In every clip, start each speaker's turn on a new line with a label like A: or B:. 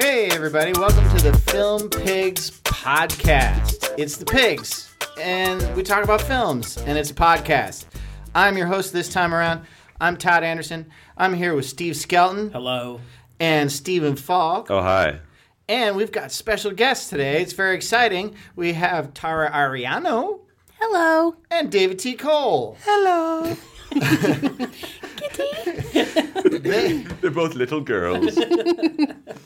A: everybody. Welcome to the Film Pigs podcast. It's the pigs, and we talk about films, and it's a podcast. I'm your host this time around. I'm Todd Anderson. I'm here with Steve Skelton
B: Hello.
A: and Stephen Falk,
C: Oh, hi.
A: and we've got special guests today. It's very exciting. We have Tara Ariano
D: Hello.
A: and David T. Cole.
D: Hello.
A: They,
C: They're both little girls.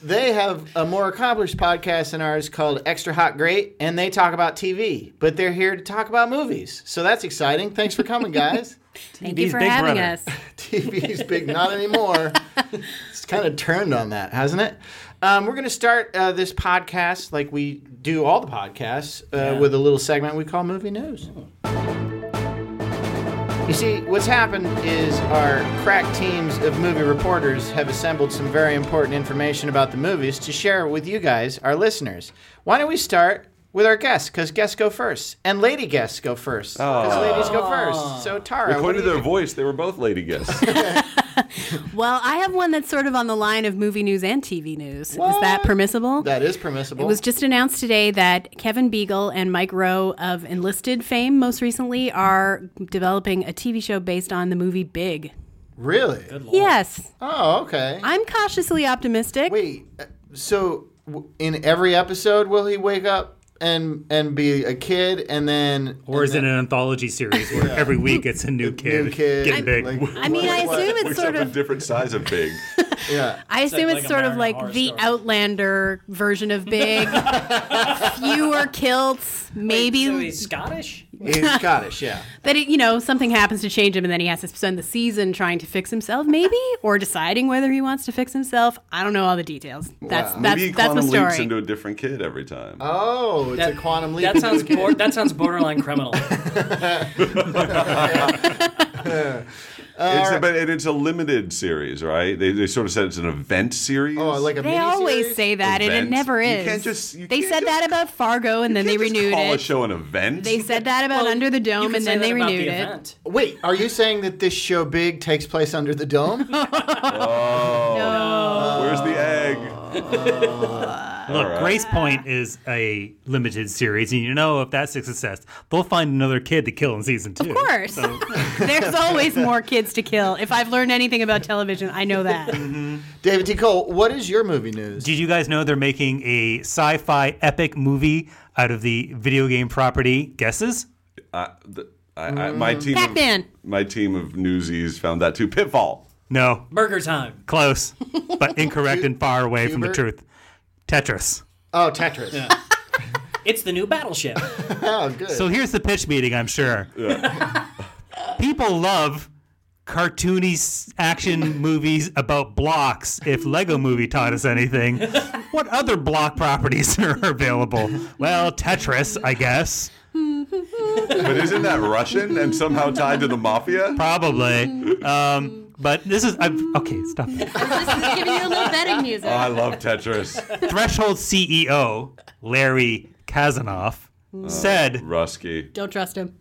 A: they have a more accomplished podcast than ours called Extra Hot Great, and they talk about TV, but they're here to talk about movies. So that's exciting. Thanks for coming, guys.
D: Thank you
B: TV's
D: for
B: Big
D: having
B: Brother.
D: us.
A: TV's big, not anymore. it's kind of turned on that, hasn't it? Um, we're going to start uh, this podcast, like we do all the podcasts, uh, with a little segment we call Movie News. You see, what's happened is our crack teams of movie reporters have assembled some very important information about the movies to share with you guys, our listeners. Why don't we start with our guests? Because guests go first, and lady guests go first. Because
C: Aw.
A: ladies go first. So Tara, what
C: According to
A: do you
C: their voice, they were both lady guests.
D: Well, I have one that's sort of on the line of movie news and TV news. Is
A: What?
D: that permissible?
A: That is permissible.
D: It was just announced today that Kevin Beagle and Mike Rowe of Enlisted fame, most recently, are developing a TV show based on the movie Big.
A: really.
D: Yes,
A: Oh, okay.
D: I'm cautiously optimistic.
A: Wait, uh, so w- in every episode, will he wake up and and be a kid, and then
B: Or is it an anthology series where every week it's a new kid?
A: new kid?
B: Getting big.
A: like,
D: I mean, I
A: what-
D: assume
C: We're
D: it's sort
C: a
D: of.
C: different size of big.
A: yeah.
D: I assume
B: like
D: it's
B: a
D: sort of
B: American Horror
D: like the
B: Story.
D: Outlander version of Big. Fewer kilts, maybe
B: So he's Scottish?
A: He's Scottish, yeah.
D: that it, you know something happens to change him and then he has to spend the season trying to fix himself maybe or deciding whether he wants to fix himself i don't know all the details that's
A: Wow.
D: that's
C: Maybe
D: that's the
C: Quantum leaps
D: story
C: into a different kid every time.
A: Oh, it's a quantum leap.
E: That sounds bor- that sounds borderline criminal.
C: it's a, but and it's a limited series, right? They, they sort of said it's an event series.
A: oh, like a
D: they always
A: miniseries?
D: say that and it
C: Events.
D: never
C: You
D: is
C: can't just- you
D: they
C: can't
D: said
C: just-
D: that about fargo and then they
C: You just
D: renewed
C: call a
D: it
C: show an event.
D: they said that about under the
E: You
D: dome
E: could
D: and
E: say
D: then
E: that
D: they
E: about the
D: renewed it
E: event.
A: Wait, are you saying that this show Big takes place under the dome?
D: no.
C: Where's the
D: Oh.
C: egg?
B: Look,
C: right.
B: Grace Point is a limited series, and you know if that's a success, they'll find another kid to kill in season two.
D: Of course. There's always more kids to kill. If I've learned anything about television, I know that.
C: Mm-hmm.
A: David T. Cole, what is your movie news?
B: Did you guys know they're making a sci-fi epic movie out of the video game property? Guesses?
C: I, the, I, I, my
D: Mm-hmm.
C: team.
D: Pac-Man.
C: Of, my team of newsies found that too. Pitfall.
B: No,
E: Burger time.
B: close, but incorrect and far away from the
A: Hubert?
B: truth. Tetris.
A: oh, Tetris.
E: It's the new battleship.
A: Oh, good.
B: So here's the pitch meeting, I'm sure. People love cartoony s- action movies about blocks. If Lego Movie taught us anything, what other block properties are available? Well, Tetris, I guess.
C: But isn't that Russian and somehow tied to the mafia?
B: Probably. Um, but this is I've, okay. Stop.
D: Just giving you a little betting music.
C: Oh, I love Tetris.
B: Threshold CEO Larry Kazanoff
C: Uh,
B: said,
C: Rusky.
D: Don't trust him.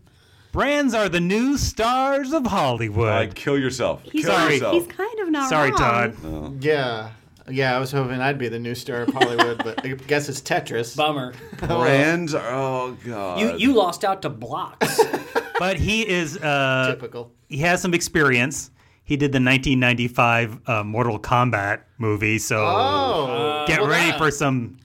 B: "Brands are the new stars of Hollywood."
C: Like kill yourself. kill
B: Sorry.
C: yourself.
D: He's kind of not
B: Sorry,
D: wrong.
B: Todd.
A: yeah. Yeah, I was hoping I'd be the new star of Hollywood, but I guess it's Tetris.
E: Bummer.
C: Brands are oh god.
E: You you lost out to blocks.
B: But he is uh,
A: Typical.
B: he has some experience. He did the 1995 uh, Mortal Kombat movie, so
A: Oh,
B: get ready for some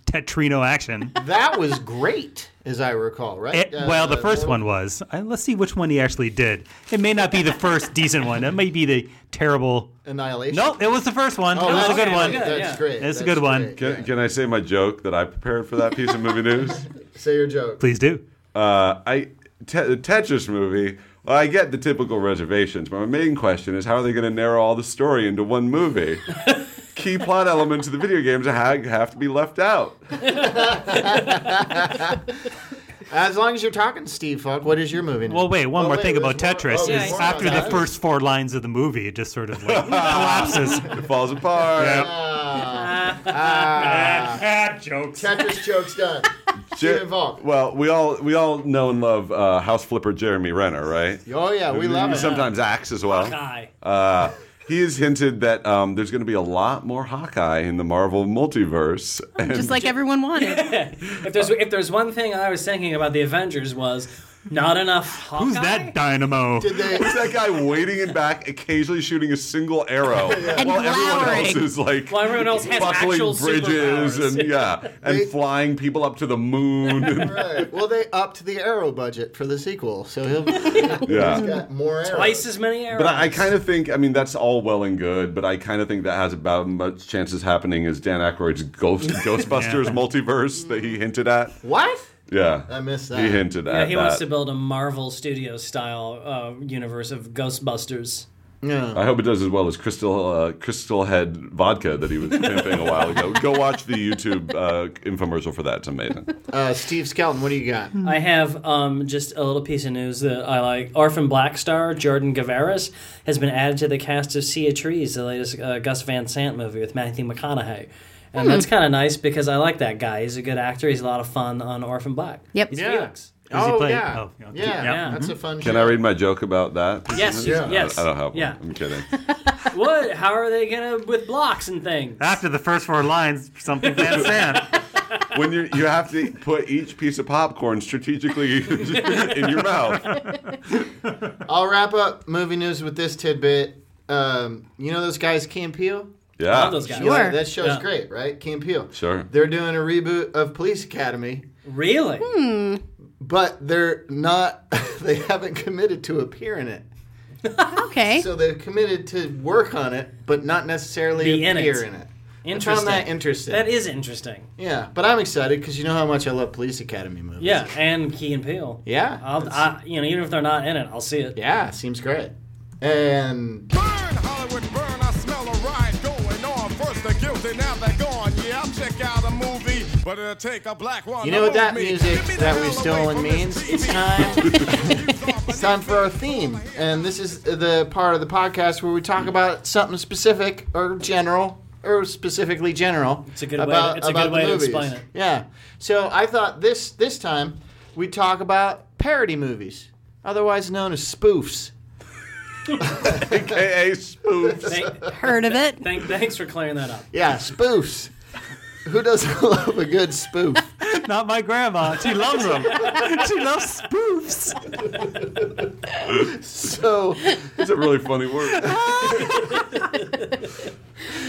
B: Tetrino action.
A: that was great, as I recall, right?
B: It-
A: Uh,
B: well, the first one was. Uh, let's see which one he actually did. It may not be the first decent one. That may be the terrible.
A: Annihilation.
B: No, it was the first one. it was a
A: okay,
B: good one.
A: That's
E: yeah.
A: great.
B: That's a
A: That's
B: good one.
A: great.
C: Can, can I say my joke that I prepared for that piece of movie news?
A: Say your joke.
B: Please do.
C: Uh, I te- the Tetris movie. Well, I get the typical reservations, but my main question is how are they going to narrow all the story into one movie? Key plot elements of the video games have, have to be left out.
A: As long as you're talking, Steve Falk, what is your movie? Now?
B: Well, wait, one
A: Oh,
B: more
A: wait,
B: thing about
A: there's more-
B: Tetris
A: oh,
B: is
A: there's more
B: after the
A: about Tetris.
B: first four lines of the movie, it just sort of like collapses.
C: It falls apart.
B: Yep. Ah, jokes.
A: Tetris joke's done.
C: Jer-
A: Steven Falk.
C: well, we all we all know and love uh, House Flipper Jeremy Renner, right?
A: Oh yeah, we love
C: He
A: it.
C: sometimes acts as well.
E: Guy.
C: Uh, He has hinted that um, there's going to be a lot more Hawkeye in the Marvel multiverse. And
D: Just like everyone wanted.
E: If there's if there's one thing I was thinking about the Avengers was not enough. Hawkeye?
B: Who's that dynamo?
A: Did they,
C: Who's that guy waiting in back, occasionally shooting a single arrow, while everyone
D: glowering.
C: else is like
E: While everyone else has
C: buckling
E: actual
C: bridges
E: superpowers.
C: and yeah, and flying people up to the moon. and-
A: right. Well, they upped the arrow budget for the sequel, so he'll he's
C: yeah.
A: got more arrows.
E: Twice as many arrows.
C: But I, I kind of think, I mean, that's all well and good, but I kind of think that has about as much chances happening as Dan Aykroyd's Ghost, Ghostbusters multiverse that he hinted at.
A: What?
C: Yeah.
A: I missed that.
C: He hinted
E: Yeah,
C: at
E: he
C: that.
E: wants to build a Marvel Studio style uh, universe of Ghostbusters.
A: Yeah.
C: I hope it does as well as Crystal uh, Crystal Head vodka that he was pimping a while ago. Go watch the YouTube uh, infomercial for that. It's amazing.
A: Uh, Steve Skelton, what do you got?
E: I have um, just a little piece of news that I like. Orphan Black star Jordan Gavaris has been added to the cast of Sea of Trees, the latest uh, Gus Van Sant movie with Matthew McConaughey. And that's kind of nice because I like that guy. He's a good actor. He's a lot of fun on Orphan Black.
D: Yep.
E: He's
D: Yeah.
E: Felix.
B: Does he
A: oh,
B: play-
A: yeah.
B: oh, yeah.
A: yeah.
B: Yeah.
A: That's a fun
C: Can I read my joke about that?
E: Yes,
A: Yeah.
E: yes.
C: I don't have one.
E: Yeah.
C: I'm kidding.
E: What? How are they gonna with blocks and things?
B: After the first four lines, something Van Sant.
C: When you you have to put each piece of popcorn strategically in your mouth.
A: I'll wrap up movie news with this tidbit. Um, you know those guys, Key and Peele?
C: Yeah.
E: Love those guys.
A: You like-
D: Sure.
A: that show's
E: Yeah.
A: great, right? Key and Peele.
C: Sure.
A: They're doing a reboot of Police Academy,
E: Really?
A: but they're not, they haven't committed to appear in it.
D: Okay.
A: So they've committed to work on it, but not necessarily
E: Be in
A: appear
E: it.
A: in it. I found
E: Interesting.
A: that interesting.
E: That is interesting.
A: yeah, but I'm excited because you know how much I love Police Academy movies.
E: Yeah, and Key and Peele.
A: Yeah.
E: I'll,
A: That's-
E: I, you know, even if they're not in it, I'll see it.
A: yeah, seems great. And
F: Burn, Hollywood, burn. I smell a riot going on. First they're guilty, now they're gone. Yeah, I'll check out a movie, but it'll take a black one.
A: You know what
F: to
A: that
F: move me.
A: music
F: Give me the
A: that
F: hell
A: we've
F: away
A: stolen
F: from this
A: means?
F: TV.
A: It's time.
F: It's
A: It's time for our theme, and this is the part of the podcast where we talk about something specific or general, or specifically general. It's
E: a good way to- it's a good way to explain it.
A: Yeah. So I thought this this time we talk about parody movies, otherwise known as spoofs.
C: AKA spoofs.
E: Thank,
D: Heard of it?
E: thank, thanks for clearing that up.
A: Yeah, spoofs. Who doesn't love a good spoof?
B: Not my grandma. She loves them. She loves spoofs.
A: So
C: It's a really funny word.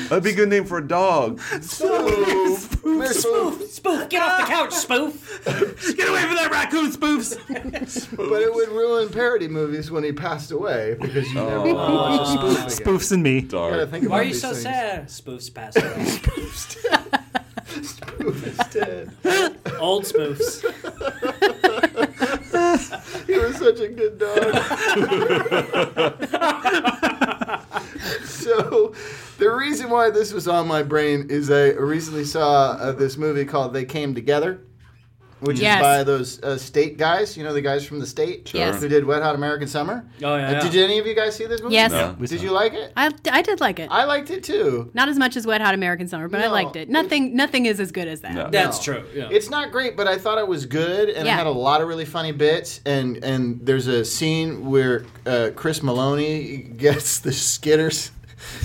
C: That'd be a good name for a dog. Spoof.
A: spoof.
E: Spoof, get off the couch, spoof.
B: Get away from that raccoon, spoofs.
A: But it would ruin parody movies when he passed away because you never watch a spoof again.
B: Spoofs and me.
A: Gotta
C: Dark.
A: think
E: Oh. Why are
A: about
E: you
A: these
E: so
A: things.
E: sad? Spoof's passed away. Old spoofs.
A: He was such a good dog. so, the reason why this was on my brain is I recently saw uh, this movie called They Came Together, which
D: Yes.
A: is by those uh, state guys. You know, the guys from the state
D: Yes.
A: who did Wet Hot American Summer.
E: Oh, yeah,
A: Uh,
E: yeah.
A: Did any of you guys see this movie?
D: Yes.
C: No.
A: Did you like it?
D: I, I did like it.
A: I liked it too.
D: Not as much as Wet Hot American Summer, but I
A: No,
D: liked it. Nothing nothing is as good as that.
C: No.
E: That's
A: No.
E: true. Yeah.
A: It's not great, but I thought it was good, and
D: Yeah.
A: it had a lot of really funny bits. And and there's a scene where uh, Chris Maloney gets the skitters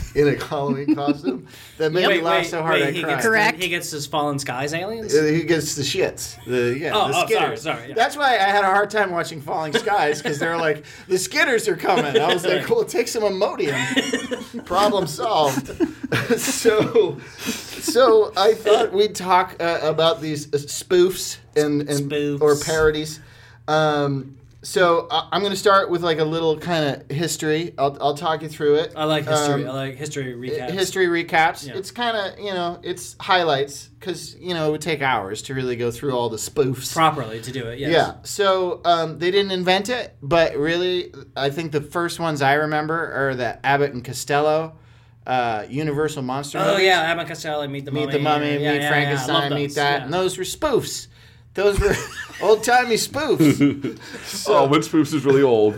A: in a Halloween costume that made me
E: wait,
A: laugh
E: wait,
A: so hard
E: wait,
A: I
E: he
A: cried.
E: Gets,
D: Correct.
E: He gets his fallen skies aliens.
A: Uh, He gets the shits. The, yeah,
E: Oh,
A: the
E: oh, sorry,
A: skitters.
E: sorry, yeah.
A: That's why I had a hard time watching Falling Skies because they're like the skitters are coming. I was like, well, take some Imodium. Problem solved. so, so I thought we'd talk uh, about these uh, spoofs and, and
E: Spoofs.
A: or parodies. Um, so I, I'm going to start with like a little kind of history. I'll, I'll talk you through it.
E: I like history.
A: Um,
E: I like history recaps.
A: history recaps.
E: Yeah.
A: It's kind of you know it's highlights because you know it would take hours to really go through all the spoofs.
E: properly to do it. Yes.
A: yeah, so um, they didn't invent it, but really, I think the first ones I remember are the Abbott and Costello, uh, Universal Monster.
E: Oh
A: movies.
E: yeah, Abbott Costello, meet the mummy,
A: meet the mummy,
E: yeah,
A: meet
E: yeah, yeah, I love
A: Frankenstein,
E: those,
A: meet that,
E: yeah.
A: and those were spoofs. Those were old timey spoofs.
C: Oh, when spoofs is really old.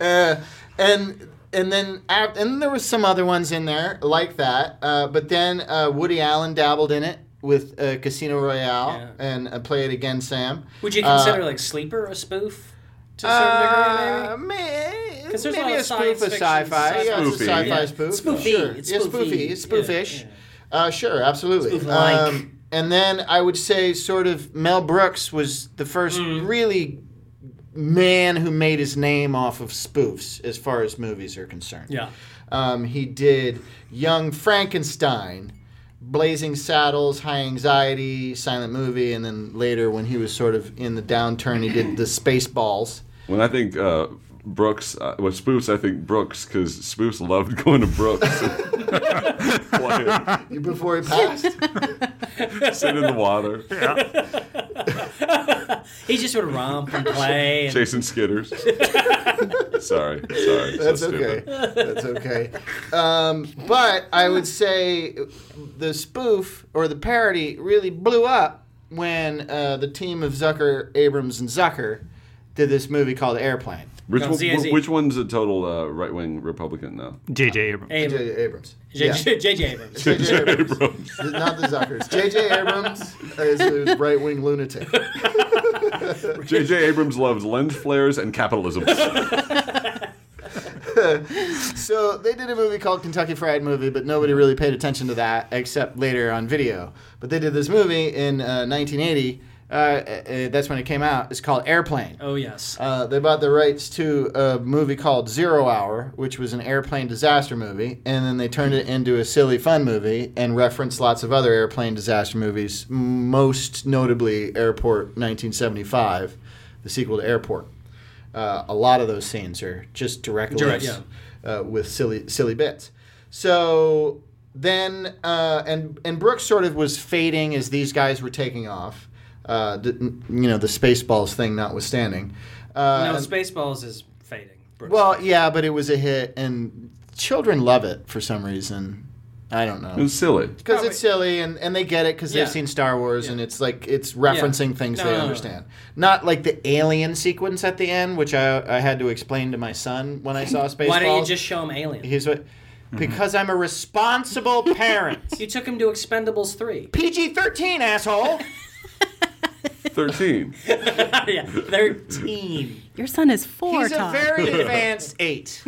A: and and then af- and there was some other ones in there like that. Uh, but then uh, Woody Allen dabbled in it with uh, Casino Royale
E: Yeah.
A: and uh, Play It Again, Sam. Uh, um,
E: Would you consider like Sleeper a spoof to a certain degree, maybe?
A: Uh, meh,
E: Because there's
A: Maybe
E: lot
A: a
E: of
A: spoof
E: science
A: of
E: fiction,
A: sci-fi. Yeah, it's a
C: Spoofy.
A: sci-fi
C: Yeah.
A: spoof.
E: Spoofy.
A: Sure.
E: It's
A: yeah,
E: spoofy.
A: spoofy. It's spoofish.
E: Yeah,
A: Uh, sure, absolutely. Um,
E: Spoof-like.
A: and then I would say, sort of, Mel Brooks was the first
E: Mm.
A: really man who made his name off of spoofs, as far as movies are concerned.
E: Yeah.
A: Um, he did Young Frankenstein, Blazing Saddles, High Anxiety, Silent Movie, and then later when he was sort of in the downturn, he did the Spaceballs.
C: When I think uh, Brooks, uh, well, spoofs, I think Brooks because spoofs loved going to Brooks, Playing,
A: Before he passed.
C: sitting in the water,
E: He just would romp and play. And
C: chasing skitters. sorry, sorry,
A: That's
C: so
A: okay.
C: stupid.
A: That's okay. Um, but I would say the spoof or the parody really blew up when uh, the team of Zucker, Abrams, and Zucker did this movie called Airplane.
C: Which,
E: No,
C: one-
E: ZZ.
C: which one's a total uh, right wing Republican now?
B: J.J. Abrams.
E: Abrams.
A: J.J. Abrams.
E: J-
A: Yeah.
E: J- J.J. Abrams.
A: J.J. Abrams. Not the Zuckers. J.J. Abrams is a right wing lunatic.
C: J.J. Abrams loves lens flares and capitalism.
A: So they did a movie called Kentucky Fried Movie, but nobody really paid attention to that except later on video. But they did this movie in uh, 1980. Uh, uh, that's when it came out. It's called Airplane.
E: Oh, yes.
A: Uh, they bought the rights to a movie called Zero Hour, which was an airplane disaster movie, and then they turned it into a silly fun movie and referenced lots of other airplane disaster movies, m- most notably Airport 1975, the sequel to Airport. Uh, a lot of those scenes are just direct
E: Direct,
A: links uh, with silly silly bits. So then, uh, and and Brooks sort of was fading as these guys were taking off. Uh, d- n- you know, the Spaceballs thing notwithstanding. Uh,
E: no, Spaceballs is fading. Brooks.
A: well, yeah, but it was a hit, and children love it for some reason. I don't know.
C: it's silly.
A: Because it's silly, and, and they get it because
E: Yeah.
A: they've seen Star Wars, and it's like it's referencing things
E: No,
A: they
E: no, no, no.
A: understand. Not like the alien sequence at the end, which I, I had to explain to my son when I saw Spaceballs.
E: Why don't you just show him Alien?
A: He's what? Because I'm a responsible parent.
E: You took him to Expendables 3.
A: PG thirteen, asshole.
C: Thirteen.
E: yeah, 13.
D: Your son is four,
A: He's a
D: Todd.
A: very advanced eight.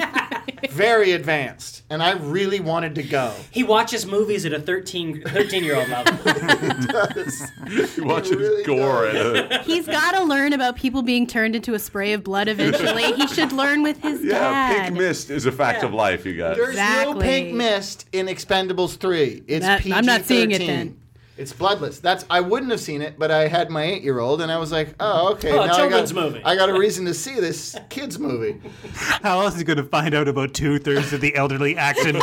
A: very advanced, and I really wanted to go.
E: He watches movies at a 13, 13 year old level.
C: You watch
A: really
C: it gore uh, at a,
D: He's got to learn about people being turned into a spray of blood eventually. he should learn with his
C: Yeah,
D: dad.
C: pink mist is a fact of life, you guys.
A: There's no
D: Exactly.
A: pink mist in Expendables three. It's
D: That-
A: PG
D: I'm not seeing it then.
A: It's bloodless. That's I wouldn't have seen it, but I had my eight year old, and I was like, oh okay,
E: Oh, a
A: now I
E: children's
A: got,
E: movie.
A: I got a reason to see this kids movie.
B: How else is he going to find out about two thirds of the elderly action?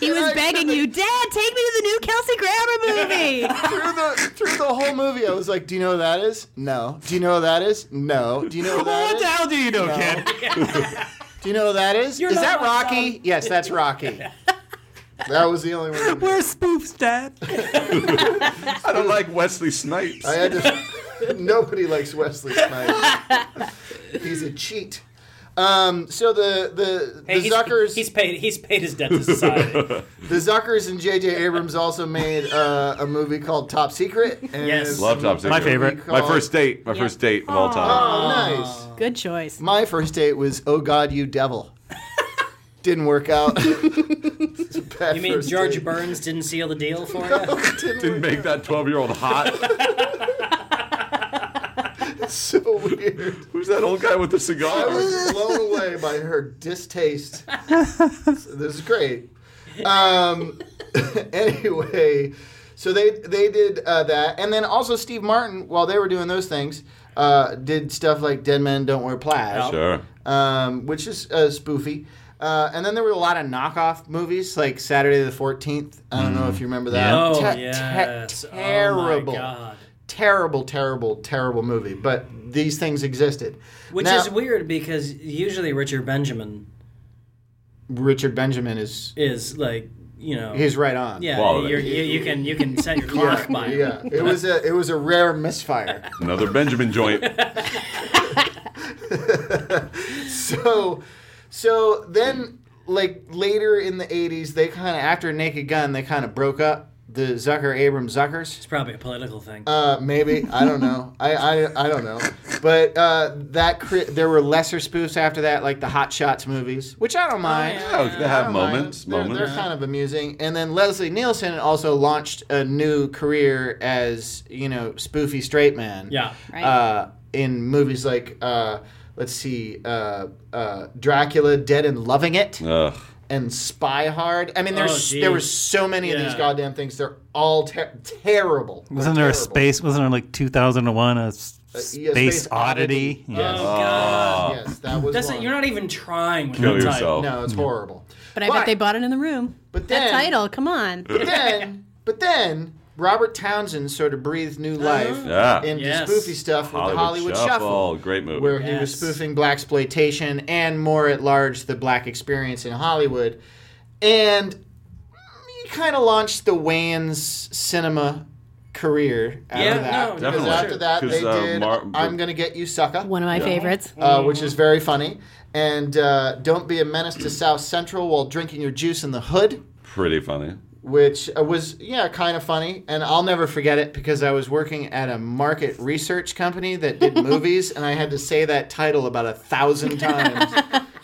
D: He was begging you, Dad, take me to the new Kelsey Grammer movie.
A: through the through the whole movie, I was like, do you know who that is? No. Do you know who that is? No. Do you know who that
B: what
A: is?
B: the hell do you know, kid?
A: Do you know who that is?
E: You're
A: is that
E: not my
A: Rocky?
E: son.
A: Yes, that's Rocky. that was the only one.
B: We're spoofs, Dad.
C: I don't like Wesley Snipes.
A: I had to. nobody likes Wesley Snipes. He's a cheat. Um, so the the, the
E: Hey, he's,
A: Zuckers
E: he's paid he's paid his debt to society.
A: the Zuckers and J.J. Abrams also made uh, a movie called Top Secret. And
E: Yes.
C: Love Top Secret.
B: My favorite.
C: My first date. My first date of all time.
A: Oh, nice.
D: Good choice.
A: My first date was "Oh God, you devil." Didn't work out. It's a bad
E: You mean
A: first
E: George
A: date.
E: Burns didn't seal the deal for you?
A: Didn't
C: Didn't make that 12 year old hot.
A: work. So weird.
C: Who's that old guy with the
A: I
C: cigar?
A: was blown away by her distaste. this is great. Um, anyway, so they they did uh, that, and then also Steve Martin, while they were doing those things, uh, did stuff like Dead Men Don't Wear Plaid,
C: Sure.
A: um, which is uh, spoofy. Uh, and then there were a lot of knockoff movies like Saturday the 14th. I don't know if you remember that.
E: Oh,
A: Te- te-
E: yes. Oh, my
A: terrible.
E: God.
A: Terrible, terrible, terrible movie. But these things existed.
E: Which
A: Now-
E: is weird because usually Richard Benjamin
A: Richard Benjamin is
E: is like you know
A: he's right on.
E: yeah
C: Quality.
E: you're, you you can you can set your
A: Yeah,
E: clock by him.
A: yeah. It was a it was a rare misfire.
C: Another Benjamin joint.
A: So so then like later in the 80s they kind of after Naked Gun they kind of broke up the Zucker Abrams Zuckers?
E: It's probably a political thing.
A: Uh, maybe I don't know. I, I, I don't know. But uh, that cre- there were lesser spoofs after that, like the Hot Shots movies, which I don't mind.
C: Oh, they
A: I
C: have
A: don't
C: moments.
A: mind. They're-
C: Moments.
A: They're, kind of amusing. And then Leslie Nielsen also launched a new career as you know spoofy straight man.
E: Yeah.
D: Right.
A: Uh, in movies like uh, let's see, uh, uh, Dracula, Dead and Loving It,
C: Ugh.
A: and Spy Hard. I mean, there's
E: Oh,
A: there
E: geez.
A: were so many of these
E: Yeah.
A: goddamn things. They're all ter- terrible. They're
B: Wasn't there a
A: terrible.
B: space? Wasn't there like 2001 a s-
A: yeah,
B: space,
A: E Space
B: oddity?
A: Oddity.
E: oh
B: Yes.
E: god.
A: Yes, that was.
E: That's
A: one.
E: it. You're not even trying. with
C: Kill
E: that title.
C: yourself.
A: No, it's horrible.
D: But I bet they bought it in the room.
A: But
D: that
A: then-
D: title, come on.
A: But then, but then Robert Townsend sort of breathed new life
C: Yeah.
A: into
E: Uh-huh. Yes.
A: spoofy stuff with the Hollywood Shuffle,
C: Great movie.
A: where he was
E: Yes.
A: spoofing black exploitation and more at large the black experience in Hollywood, and he kind of launched the Wayans cinema career out
E: Yeah,
A: of that
E: no,
A: because
C: Definitely.
A: after that they
C: 'Cause, uh,
A: did
C: Mar-
A: I'm gonna get you sucker
D: One of my favorites.
A: uh, which is very funny. And uh, don't be a menace to South Central while drinking your juice in the hood,
C: Pretty funny.
A: which uh, was yeah kind of funny. And I'll never forget it because I was working at a market research company that did movies, and I had to say that title about a thousand times.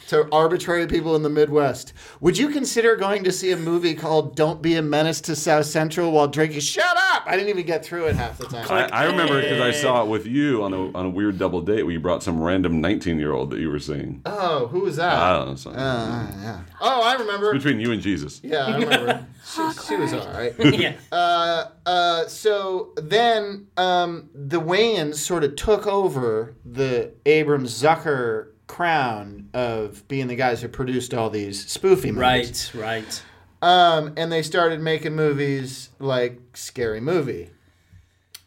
A: To arbitrary people in the Midwest, would you consider going to see a movie called "Don't Be a Menace to South Central" while drinking? Shut up! I didn't even get through it half the time.
C: I, I remember because I saw it with you on a, on a weird double date where you brought some random 19 year old that you were seeing.
A: oh, who was that?
C: I don't know. Something.
A: oh, I remember.
C: Between you and Jesus.
A: Yeah, I remember. she, she was all right.
E: Yeah.
A: Uh, so then um, the Wayans sort of took over the Abrams Zucker crown of being the guys who produced all these spoofy movies.
E: Right. Right.
A: Um, and they started making movies like Scary Movie.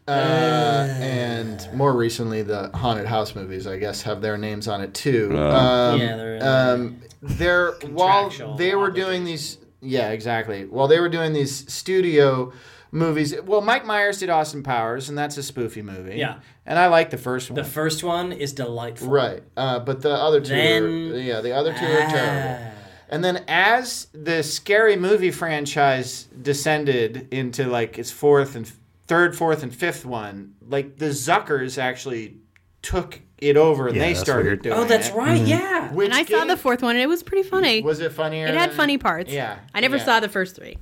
A: Uh, and more recently, the haunted house movies, I guess, have their names on it too. um,
E: yeah. There,
A: um, they're while
E: Contractual
A: they were doing these yeah exactly while they were doing these studio movies well mike myers did austin powers and that's a spoofy movie
E: Yeah.
A: and i like the first one
E: the first one is delightful.
A: right uh, but the other two
E: Then- Ah.
A: are, yeah the other two are terrible and then as the scary movie franchise descended into like its fourth and third fourth and fifth one like the zuckers actually took it over and
B: Yeah,
A: they
B: that's
A: started
B: weird.
A: doing
E: Oh, that's
A: it,
E: right. Yeah.
A: which
D: And I saw
A: gave-
D: the fourth one, and it was pretty funny.
A: was it funnier?
D: it had
A: than-
D: funny parts.
A: Yeah.
D: I never
A: yeah.
D: saw the first three.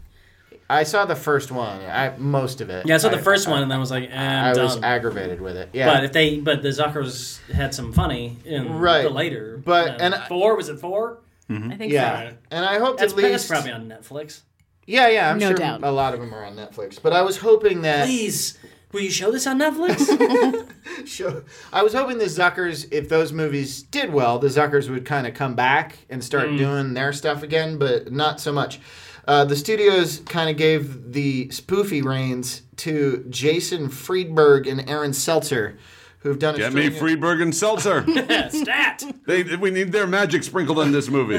A: I saw the first one. I most of it.
E: Yeah. I saw the
A: I-
E: first one and then I was like, eh,
A: I,
E: I'm
A: was
E: done.
A: aggravated with it. Yeah.
E: But if they, but the Zuckers had some funny in
A: Right.
E: the later.
A: But-
E: um,
A: and I-
E: four was it four?
D: I think
A: yeah.
E: Sorry.
A: And I hoped
E: That's,
A: at
E: that's
A: least.
E: probably on Netflix.
A: yeah, yeah. I'm
D: No
A: sure
D: doubt.
A: a lot of them are on Netflix. But I was hoping that.
E: Please, will you show this on Netflix?
A: Sure. I was hoping the Zuckers, if those movies did well, the Zuckers would kind of come back and start
E: Mm.
A: doing their stuff again, but not so much. Uh, the studios kind of gave the spoofy reins to Jason Friedberg and Aaron Seltzer, who've done a
C: Get me
A: string of-
C: Freeburg and Seltzer.
E: Stat.
C: they, we need their magic sprinkled on this movie.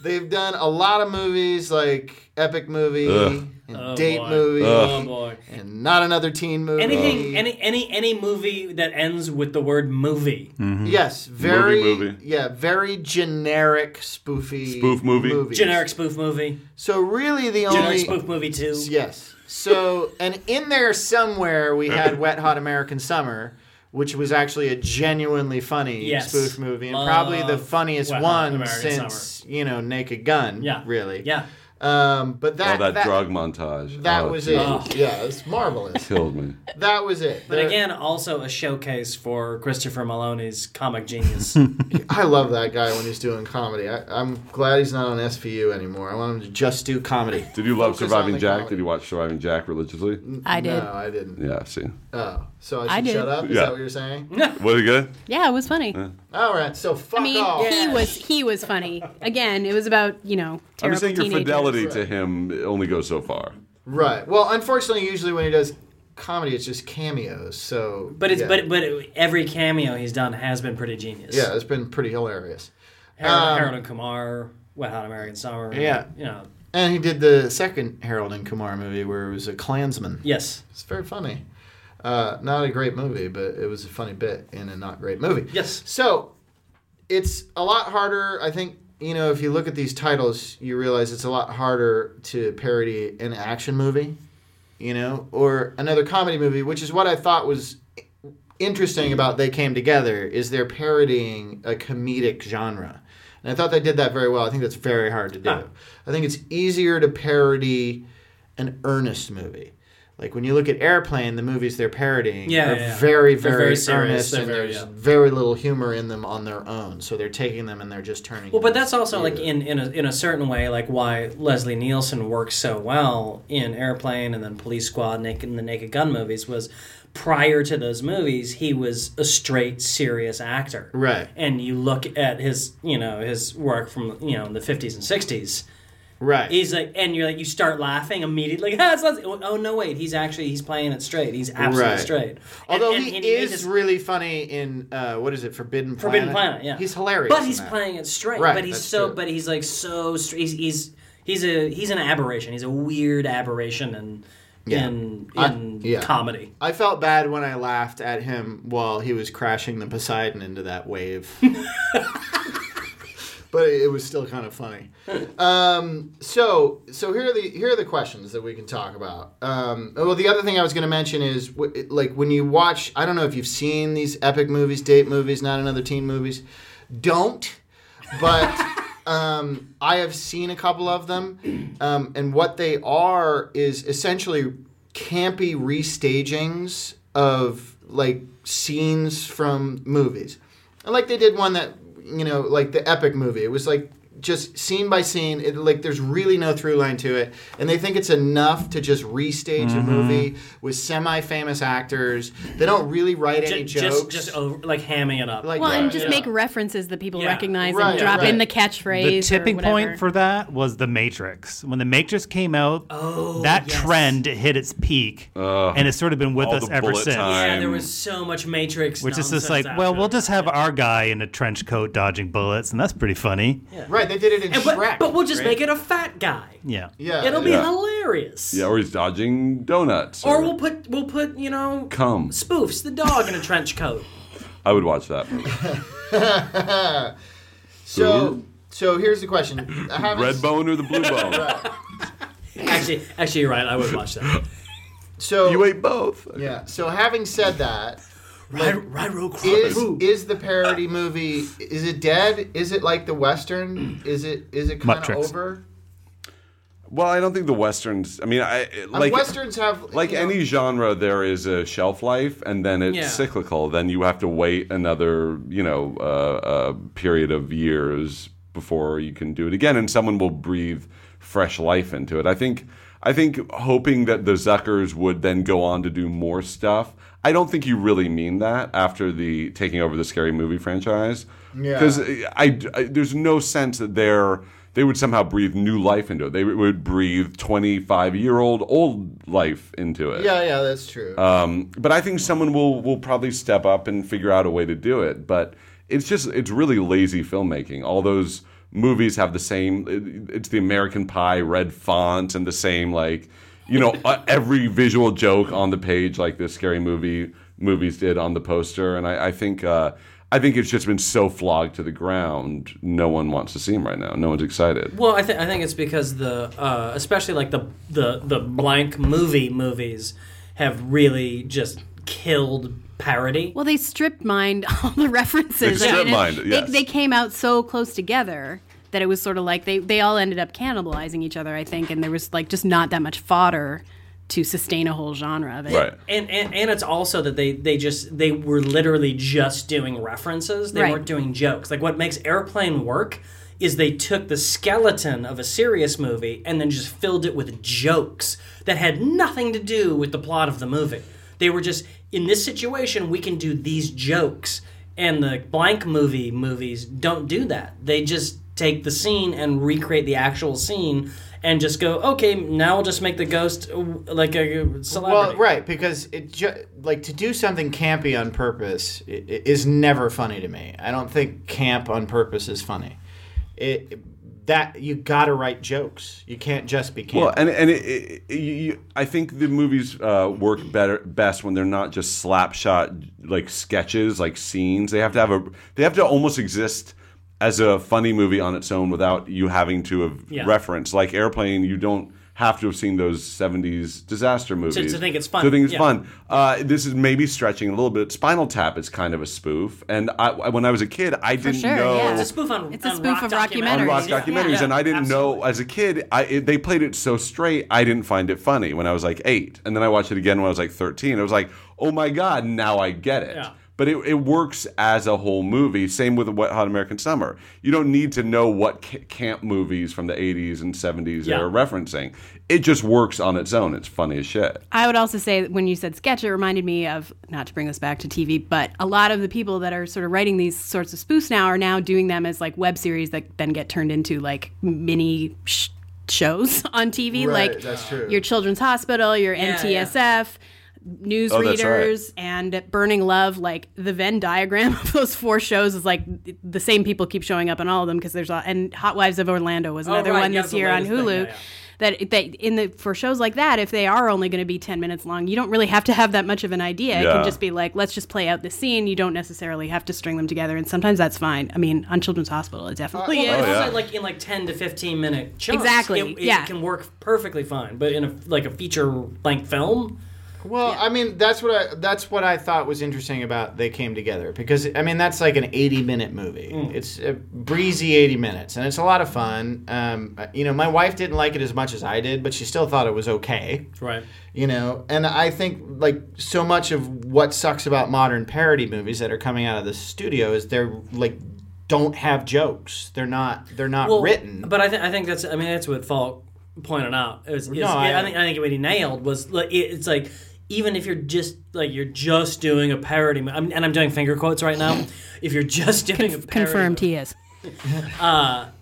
A: They've done a lot of movies like Epic Movie
C: Ugh.
A: and
E: Oh,
A: Date
E: boy.
A: Movie Um,
E: Oh boy.
A: and Not Another Teen Movie.
E: Anything, any, any, any movie that ends with the word movie.
A: Yes, very
C: Movie, movie.
A: yeah, very generic spoofy
C: Spoof movie.
A: movies.
E: Generic spoof movie.
A: So really the
E: Generic
A: only
E: spoof movie two.
A: yes. So and in there somewhere we had Wet Hot American Summer. Which was actually a genuinely funny
E: Yes.
A: spoof movie, and
E: Love
A: probably the funniest
E: Wet Hot
A: one
E: American
A: since you know Naked Gun.
E: Yeah.
A: really.
E: Yeah.
A: Um, but that
C: All that,
A: that,
C: drug montage.
A: that
C: Oh,
A: was
C: geez,
A: it. Yeah, it's marvelous.
C: Killed me.
A: That was it.
E: But again, also a showcase for Christopher Maloney's comic genius.
A: I love that guy when he's doing comedy. I, I'm glad he's not on SVU anymore. I want him to just do comedy.
C: Did you love
A: Focus on
C: Surviving
A: the Mm.
C: Jack?
A: comedy.
C: Did you watch Surviving Jack religiously?
D: I did.
A: No, I didn't.
C: Yeah, see.
A: Oh, so I should
D: I did.
A: shut up? Is
C: Yeah.
A: that what you're saying?
C: Was it good?
D: Yeah, it was funny.
A: All right, so fuck
D: I mean,
A: off.
D: he was he was funny. Again, it was about you know
C: I'm
D: terrible
C: just saying your
D: teenagers.
C: fidelity to him only goes so far.
A: Right. Well, unfortunately, usually when he does comedy, it's just cameos. So.
E: But it's
A: yeah.
E: but but every cameo he's done has been pretty genius.
A: Yeah, it's been pretty hilarious.
E: Harold,
A: Um,
E: Harold and Kumar, Wet Hot American Summer.
A: Yeah.
E: you know,
A: And he did the second Harold and Kumar movie where it was a Klansman.
E: yes,
A: It's very funny. Uh, not a great movie, but it was a funny bit in a not great movie.
E: Yes.
A: So it's a lot harder, I think, you know, if you look at these titles, you realize it's a lot harder to parody an action movie you know, or another comedy movie, which is what I thought was interesting about They Came Together is they're parodying a comedic genre. And I thought they did that very well. I think that's very hard to do. I think it's easier to parody an earnest movie. Like when you look at Airplane, the movies they're parodying
E: Yeah,
A: are
E: yeah, yeah.
A: very,
E: They're
A: very,
E: very serious.
A: earnest,
E: They're
A: and
E: very,
A: there's
E: yeah.
A: very little humor in them on their own. So they're taking them and they're just turning.
E: Well,
A: them
E: but that's also like in in a, in a certain way like why Leslie Nielsen works so well in Airplane and then Police Squad, Naked and the Naked Gun movies was prior to those movies he was a straight serious actor.
A: Right.
E: And you look at his you know his work from you know the fifties and sixties.
A: right.
E: He's like, and you're like, you start laughing immediately. Like, ah, it's Leslie. Oh no, wait, he's actually he's playing it straight. He's absolutely
A: Right.
E: straight. And-
A: Although
E: and-
A: he
E: and made
A: is
E: this
A: really funny in uh, what is it, Forbidden Planet?
E: Forbidden Planet. Yeah,
A: he's hilarious.
E: But
A: in
E: he's
A: that.
E: playing it straight.
A: Right,
E: but he's
A: that's
E: so.
A: true.
E: But he's like so. str- He's, he's he's a he's an aberration. He's a weird aberration and
A: Yeah.
E: in
A: I-
E: in
A: yeah.
E: comedy.
A: I felt bad when I laughed at him while he was crashing the Poseidon into that wave. but it was still kind of funny. Um, so, so here are the here are the questions that we can talk about. Um, well, the other thing I was going to mention is wh- it- like when you watch, I don't know if you've seen these epic movies, date movies, not another teen movies. Don't, but. Um, I have seen a couple of them, um, and what they are is essentially campy restagings of like scenes from movies. And like they did one that you know, like the epic movie. It was like just scene by scene. It, like there's really no through line to it, and they think it's enough to just restage a
E: Mm-hmm.
A: movie with semi-famous actors. They don't really write any
E: Just
A: jokes.
E: just, just over, like hamming it up.
A: Like-
D: Well,
A: Right,
D: and just
A: yeah.
D: make references that people
E: Yeah.
D: recognize
A: Right,
D: and drop
A: right.
D: in the catchphrase.
B: The
D: or
B: tipping
D: whatever.
B: point for that was The Matrix. When The Matrix came out,
D: Oh,
B: that
E: yes.
B: trend hit its peak, and it's sort of been with
C: all
B: us
C: the
B: ever
C: bullet
B: since.
C: time.
E: yeah, there was so much Matrix.
B: Which is just
E: nonsense
B: like,
E: after
B: well, we'll
E: that.
B: just have our guy in a trench coat dodging bullets, and that's pretty funny. Yeah.
A: right, they did it in
E: And
A: Shrek.
E: but, but we'll just make it a fat guy.
A: yeah,
E: It'll be
C: Yeah.
E: hilarious.
C: Yeah, or he's dodging donuts.
E: Or we'll put we'll put you know
C: come.
E: spoofs the dog in a trench coat.
C: I would watch that movie.
A: so. So here's the question: I haven't
C: Red bone or the blue bone?
E: Actually, actually, you're right. I would watch that.
A: So
C: You ate both.
A: yeah. So having said that,
E: Ryro
A: is
E: Crew.
A: is the parody movie? Is it dead? Is it like the western? Is it is it kind of
B: Matrix.
A: over?
C: Well, I don't think the westerns. I mean, I like
A: Uh, westerns have
C: like
A: you know-
C: any genre. There is a shelf life, and then it's
E: Yeah.
C: cyclical. Then you have to wait another, you know, uh, uh, period of years before you can do it again, and someone will breathe fresh life into it. I think. I think hoping that the Zuckers would then go on to do more stuff. I don't think you really mean that after the taking over the scary movie franchise.
A: Yeah.
C: Because I, I- there's no sense that they're they would somehow breathe new life into it. They would breathe 25 year old old life into it.
A: Yeah, yeah, that's true.
C: Um, but I think someone will will probably step up and figure out a way to do it. But it's just it's really lazy filmmaking. All those movies have the same. it- It's the American Pie red font and the same like you know uh, every visual joke on the page like the scary movie movies did on the poster. And I, I think. Uh, I think it's just been so flogged to the ground. No one wants to see him right now. No one's excited.
E: Well, I think I think it's because the uh, especially like the the the blank movie movies have really just killed parody.
D: Well, they strip mined all the references.
C: They
D: I mean,
C: strip-mined,
D: it-
C: yes.
D: they, they came out so close together that it was sort of like they, they all ended up cannibalizing each other, I think, and there was like just not that much fodder to sustain a whole genre of it.
C: Right.
E: And, and and it's also that they they just they were literally just doing references. They
D: Right.
E: weren't doing jokes. Like what makes Airplane work is they took the skeleton of a serious movie and then just filled it with jokes that had nothing to do with the plot of the movie. They were just in this situation we can do these jokes and the blank movie movies don't do that. They just take the scene and recreate the actual scene and just go okay now we'll just make the ghost uh, like a celebrity.
A: well, right, because it ju- like to do something campy on purpose i- i- is never funny to me. I don't think camp on purpose is funny. It that you got to write jokes. You can't just be campy.
C: Well, and and it, it, it- you, you, I think the movies uh, work better best when they're not just slapshot like sketches, like scenes. They have to have a they have to almost exist as a funny movie on its own without you having to have
E: Yeah.
C: reference like Airplane. You don't have to have seen those 70s disaster movies.
E: to think it's fun,
C: To think it's
E: yeah.
C: fun. Uh, this is maybe stretching a little bit. Spinal Tap is kind of a spoof. And I, I- when I was a kid, I didn't
D: sure,
C: know.
D: yeah.
E: It's a spoof on
D: It's a
E: on
D: spoof of
E: documentaries.
C: on rock
D: Yeah.
C: documentaries, and I didn't know as a kid. I it, they played it so straight, I didn't find it funny when I was like eight, and then I watched it again when I was like thirteen. I was like, oh my god, now I get it.
E: Yeah.
C: But it, it works as a whole movie. Same with Wet Hot American Summer. You don't need to know what ca- camp movies from the 80s and 70s
E: Yeah.
C: they're referencing. It just works on its own. It's funny as shit.
D: I would also say that when you said sketch, it reminded me of not to bring this back to TV, but a lot of the people that are sort of writing these sorts of spoofs now are now doing them as like web series that then get turned into like mini sh- shows on TV,
A: Right,
D: like
A: that's true.
D: your Children's Hospital, your
E: yeah.
D: NTSF.
C: Oh, that's right.
D: Newsreaders and Burning Love, like the Venn diagram of those four shows is like the same people keep showing up on all of them because there's a, and Hot Wives of Orlando was another
E: Oh, right,
D: one
E: yeah,
D: this
E: the
D: year on
E: latest thing,
D: Hulu
E: yeah, yeah.
D: that that in the for shows like that, if they are only going to be ten minutes long, you don't really have to have that much of an idea. It
C: Yeah.
D: can just be like, let's just play out the scene. You don't necessarily have to string them together, and sometimes that's fine. I mean, on Children's Hospital, it definitely
E: Well,
D: is.
E: it's
C: Oh, yeah.
E: also like in like ten to fifteen minute chunks.
D: Exactly,
E: It, it
D: yeah.
E: can work perfectly fine, but in a like a feature length film,
A: Well, I mean, that's what I that's what I thought was interesting about they came together because I mean that's like an eighty minute movie.
E: Hmm.
A: It's a breezy eighty minutes, and it's a lot of fun. Um, you know, my wife didn't like it as much as I did, but she still thought it was okay.
E: right?
A: You know, and I think like so much of what sucks about modern parody movies that are coming out of the studio is they're like don't have jokes. They're not they're not
E: Well,
A: written.
E: But I think I think that's I mean that's what Falk pointed out. Is, is,
A: I-
E: I, think I think what he nailed was like it, it's like even if you're just like you're just doing a parody, mo- I'm, and I'm doing finger quotes right now. If you're just doing a parody,
D: Confirmed, he is.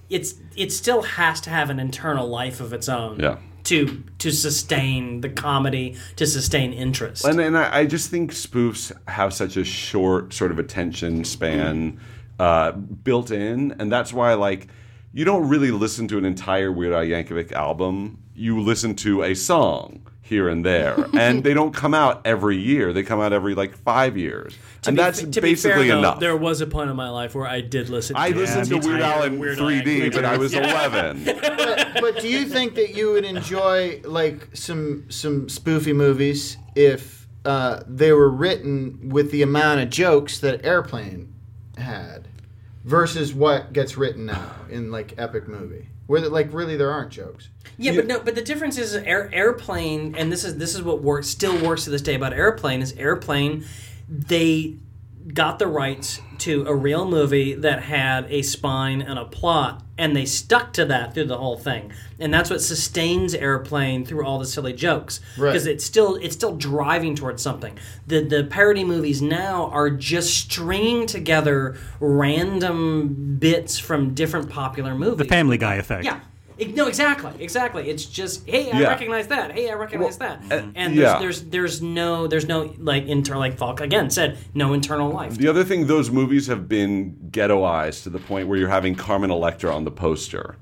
E: it's it still has to have an internal life of its own.
C: Yeah.
E: To to sustain the comedy, to sustain interest.
C: And, and I, I just think spoofs have such a short sort of attention span uh, built in, and that's why like you don't really listen to an entire Weird Al Yankovic album. You listen to a song here and there, and they don't come out every year. They come out every like five years, and
E: be-
C: that's
E: to be fair,
C: basically
E: though,
C: enough.
E: There was a point in my life where I did listen.
C: I
E: to
C: listened
B: me
C: to Weird
B: too.
C: Al in
E: Weird Al
C: 3D, but I was 11.
A: but, but do you think that you would enjoy like some some spoofy movies if uh, they were written with the amount of jokes that Airplane had versus what gets written now in like epic movie where like really there aren't jokes.
E: Yeah, but no, but the difference is air, airplane, and this is this is what works still works to this day about airplane is airplane. They got the rights to a real movie that had a spine and a plot, and they stuck to that through the whole thing, and that's what sustains airplane through all the silly jokes
A: Right.
E: because it's still it's still driving towards something. The the parody movies now are just stringing together random bits from different popular movies.
B: Family Guy effect.
E: Yeah. It- no, exactly, exactly. It's just, hey, I
C: Yeah. uh,
E: recognize that. Hey, I recognize that. and there's,
C: yeah.
E: there's there's no there's no like internal like Falk again said no internal life.
C: The other thing, those movies have been ghettoized to the point where you're having Carmen Electra on the poster.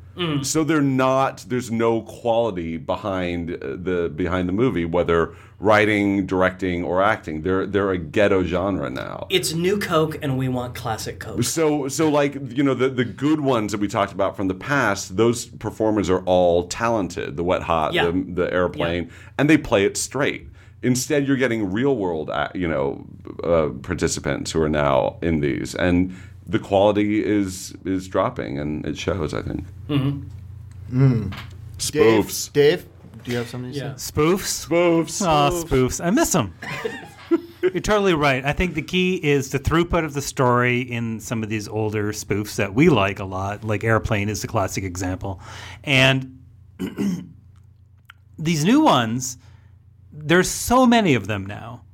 C: So they're not. There's no quality behind uh, the behind the movie, whether writing, directing, or acting. They're they're a ghetto genre now.
E: It's new Coke, and we want classic Coke.
C: So, so like you know, the the good ones that we talked about from the past, those performers are all talented. The wet hot,
E: Yeah.
C: the, the airplane, and they play it straight. Instead, you're getting real world, uh, you know, uh, participants who are now in these, and the quality is is dropping, and it shows. I think. Mm-hmm.
A: Dave,
C: Spoofs.
A: Dave, do you have something to
E: Yeah.
A: say?
B: Spoofs.
C: Spoofs.
B: Aw, spoofs. I miss them. You're totally right. I think the key is the throughput of the story in some of these older spoofs that we like a lot, like Airplane is the classic example. And these new ones, there's so many of them now.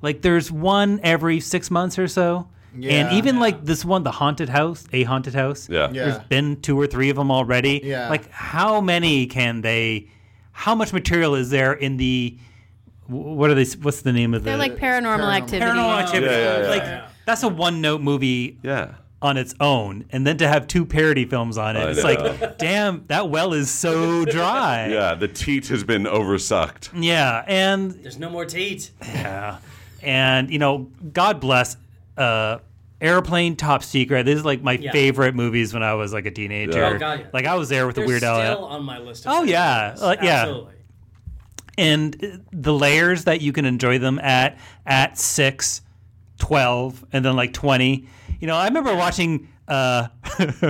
B: Like there's one every six months or so.
A: Yeah.
B: and even like this one, the haunted house, a haunted house.
C: Yeah.
A: Yeah.
B: There's been two or three of them already.
A: Yeah.
B: Like, how many can they? How much material is there in the? wh- What are they? What's the name of the?
D: They're like paranormal,
A: paranormal.
D: activity.
B: paranormal activity.
C: Yeah, yeah, yeah.
B: Like that's a one-note movie
C: Yeah.
B: on its own, and then to have two parody films on it,
C: I
B: it's
C: know.
B: like, damn, that well is so dry.
C: Yeah. The teat has been oversucked.
B: Yeah, and
E: There's no more teat.
B: yeah, and you know, God bless uh, Airplane, Top Secret. This is like my
E: Yeah.
B: favorite movies when I was like a teenager.
C: Yeah.
E: Oh, God, yeah.
B: Like I was there with
E: They're
B: the Weird Al.
E: still on my list. Of
B: Oh,
E: favorite
B: yeah.
E: movies.
B: Uh, yeah.
E: Absolutely.
B: and uh, the layers that you can enjoy them at at 6 12 and then like 20 you know i remember watching uh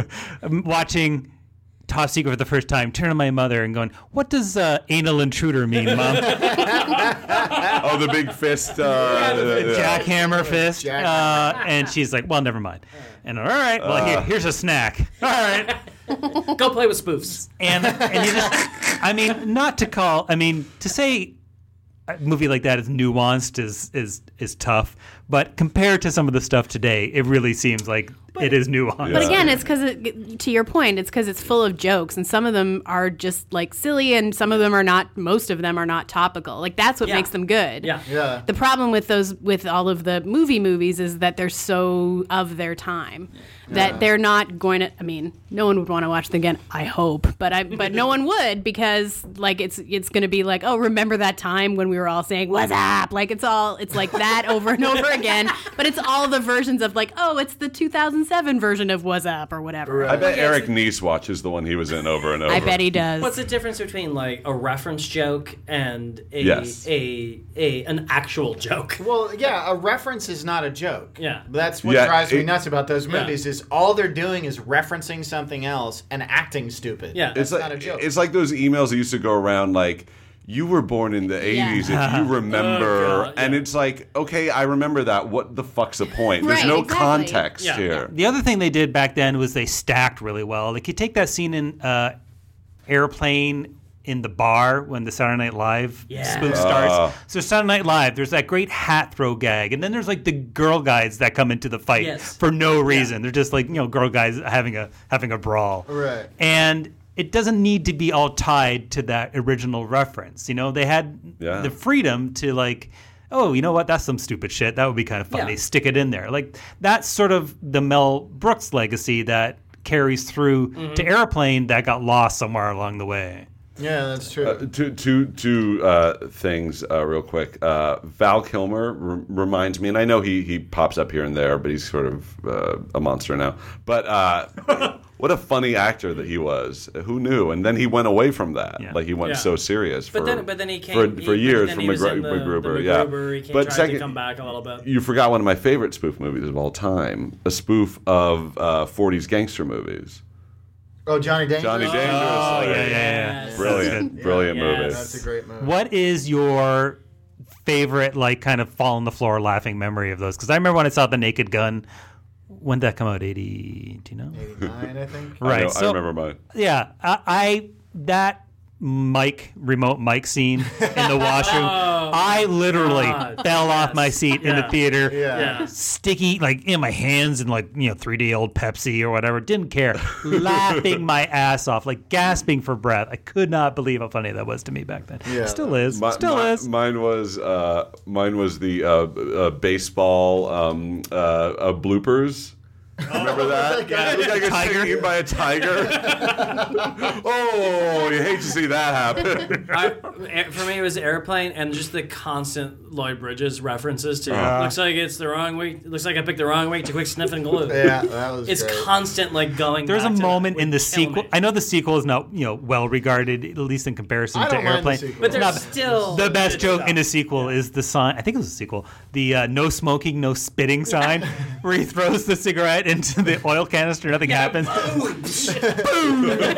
B: watching top secret for the first time turning to my mother and going what does uh, anal intruder mean mom
C: Oh, the big fist. Uh,
B: jackhammer fist
A: Jackhammer.
B: Uh, and she's like well never mind and all right well here, here's a snack all right
E: Go play with spoofs.
B: and and you just, I mean, not to call, I mean, to say a movie like that is nuanced is is is tough, but compared to some of the stuff today, it really seems like it is nuanced.
D: But again, it's because it, to your point, it's because it's full of jokes, and some of them are just like silly, and some of them are not. Most of them are not topical. Like that's what
E: Yeah.
D: makes them good.
E: Yeah.
A: Yeah.
D: The problem with those with all of the movie movies is that they're so of their time that they're not going to. I mean, no one would want to watch them again. I hope, but I but no one would because like it's it's going to be like oh remember that time when we were all saying what's up like it's all it's like that over and over again. But it's all the versions of like oh it's the 2007 version of what's up or whatever.
C: I bet Eric Neese watches the one he was in over and over.
D: I bet he does.
E: What's the difference between like a reference joke and a
C: Yes.
E: a a an actual joke?
A: Well, yeah, a reference is not a joke.
E: Yeah.
A: That's what
C: Yeah,
A: drives me
C: it-
A: nuts about those movies is all they're doing is referencing something else and acting stupid.
E: Yeah.
A: That's
C: It's like
A: not a joke.
C: it's like those emails that used to go around like. You were born in the 80s, if you remember.
E: Oh, God,
C: And
E: yeah.
C: it's like, okay, I remember that. What the fuck's the point? There's
D: Right,
C: no
D: exactly.
C: context
E: Yeah.
C: here.
B: The other thing they did back then was they stacked really well. Like you take that scene in uh, Airplane in the bar when the Saturday Night Live
E: Yeah.
B: spoof starts. So Saturday Night Live, there's that great hat throw gag, and then there's like the girl guides that come into the fight
E: Yes.
B: for no reason. They're just like you know girl guys having a having a brawl.
A: Right.
B: And it doesn't need to be all tied to that original reference. You know, they had
C: Yeah.
B: the freedom to like, oh, you know what? That's some stupid shit. That would be kind of funny.
E: Yeah.
B: Stick it in there. Like that's sort of the Mel Brooks legacy that carries through to Airplane that got lost somewhere along the way.
A: yeah, that's true.
C: Two, two, two uh, things uh, real quick. Uh, Val Kilmer re- reminds me, and I know he he pops up here and there, but he's sort of uh, a monster now. But uh, what a funny actor that he was. Who knew? And then he went away from that.
B: Yeah.
C: Like he went
E: Yeah.
C: so serious.
E: But
C: for,
E: then- but then he came-
C: for,
E: he-
C: for
E: but
C: years
E: then
C: from
E: he was
C: McGru-
E: in the- the
C: MacGruber.
E: MacGruber,
C: yeah,
E: he came-
C: but
E: tried to
C: second,
E: come back a little bit.
C: You forgot one of my favorite spoof movies of all time, a spoof of uh, '40s gangster movies.
A: oh, Johnny Dangerous.
C: Johnny Dangerous. like,
B: yeah, yeah,
E: Yes.
C: Brilliant, brilliant
E: Yes.
C: movie.
A: That's a great movie.
B: What is your favorite, like, kind of fall on the floor laughing memory of those? Because I remember when I saw The Naked Gun. When did that come out? 80, do you know?
A: 89, I think.
C: I,
B: Right.
C: know-
B: so-
C: I remember mine.
B: Yeah, I, I that mic remote mic scene in the washroom. I literally
E: Oh, God.
B: fell off my seat in the
E: Yeah.
B: theater.
A: Yeah.
B: Sticky, like in my hands, and like you know, three day old Pepsi or whatever. Didn't care, laughing my ass off, like gasping for breath. I could not believe how funny that was to me back then.
A: Yeah.
B: Still is,
C: Mi-
B: still
C: mi-
B: is.
C: Mine was uh, mine was the uh, uh, baseball um, uh, uh, bloopers.
B: Oh.
C: Remember that?
A: Yeah.
C: Looked like a
B: Tiger.
C: tiger by a tiger. oh, you hate to see that happen.
E: I, for me, it was airplane and just the constant Lloyd Bridges references to.
A: Uh-huh.
E: looks like it's the wrong week. Looks like I picked the wrong week to quick sniff and glue.
A: Yeah, that was
E: It's
A: great.
E: constant like going.
B: There's a
E: back to that
B: moment
E: would
B: in the
E: kill
B: sequel.
E: me.
B: I know the sequel is not you know well regarded, at least in comparison
A: I
B: to
A: don't mind the
B: Airplane.
A: sequel.
E: but there's
B: Not-
E: still
B: the best
E: good
B: joke
E: stuff.
B: in a sequel is the sign. I think it was a sequel. The uh, no smoking, no spitting sign, where he throws the cigarette into the oil canister. Nothing happens.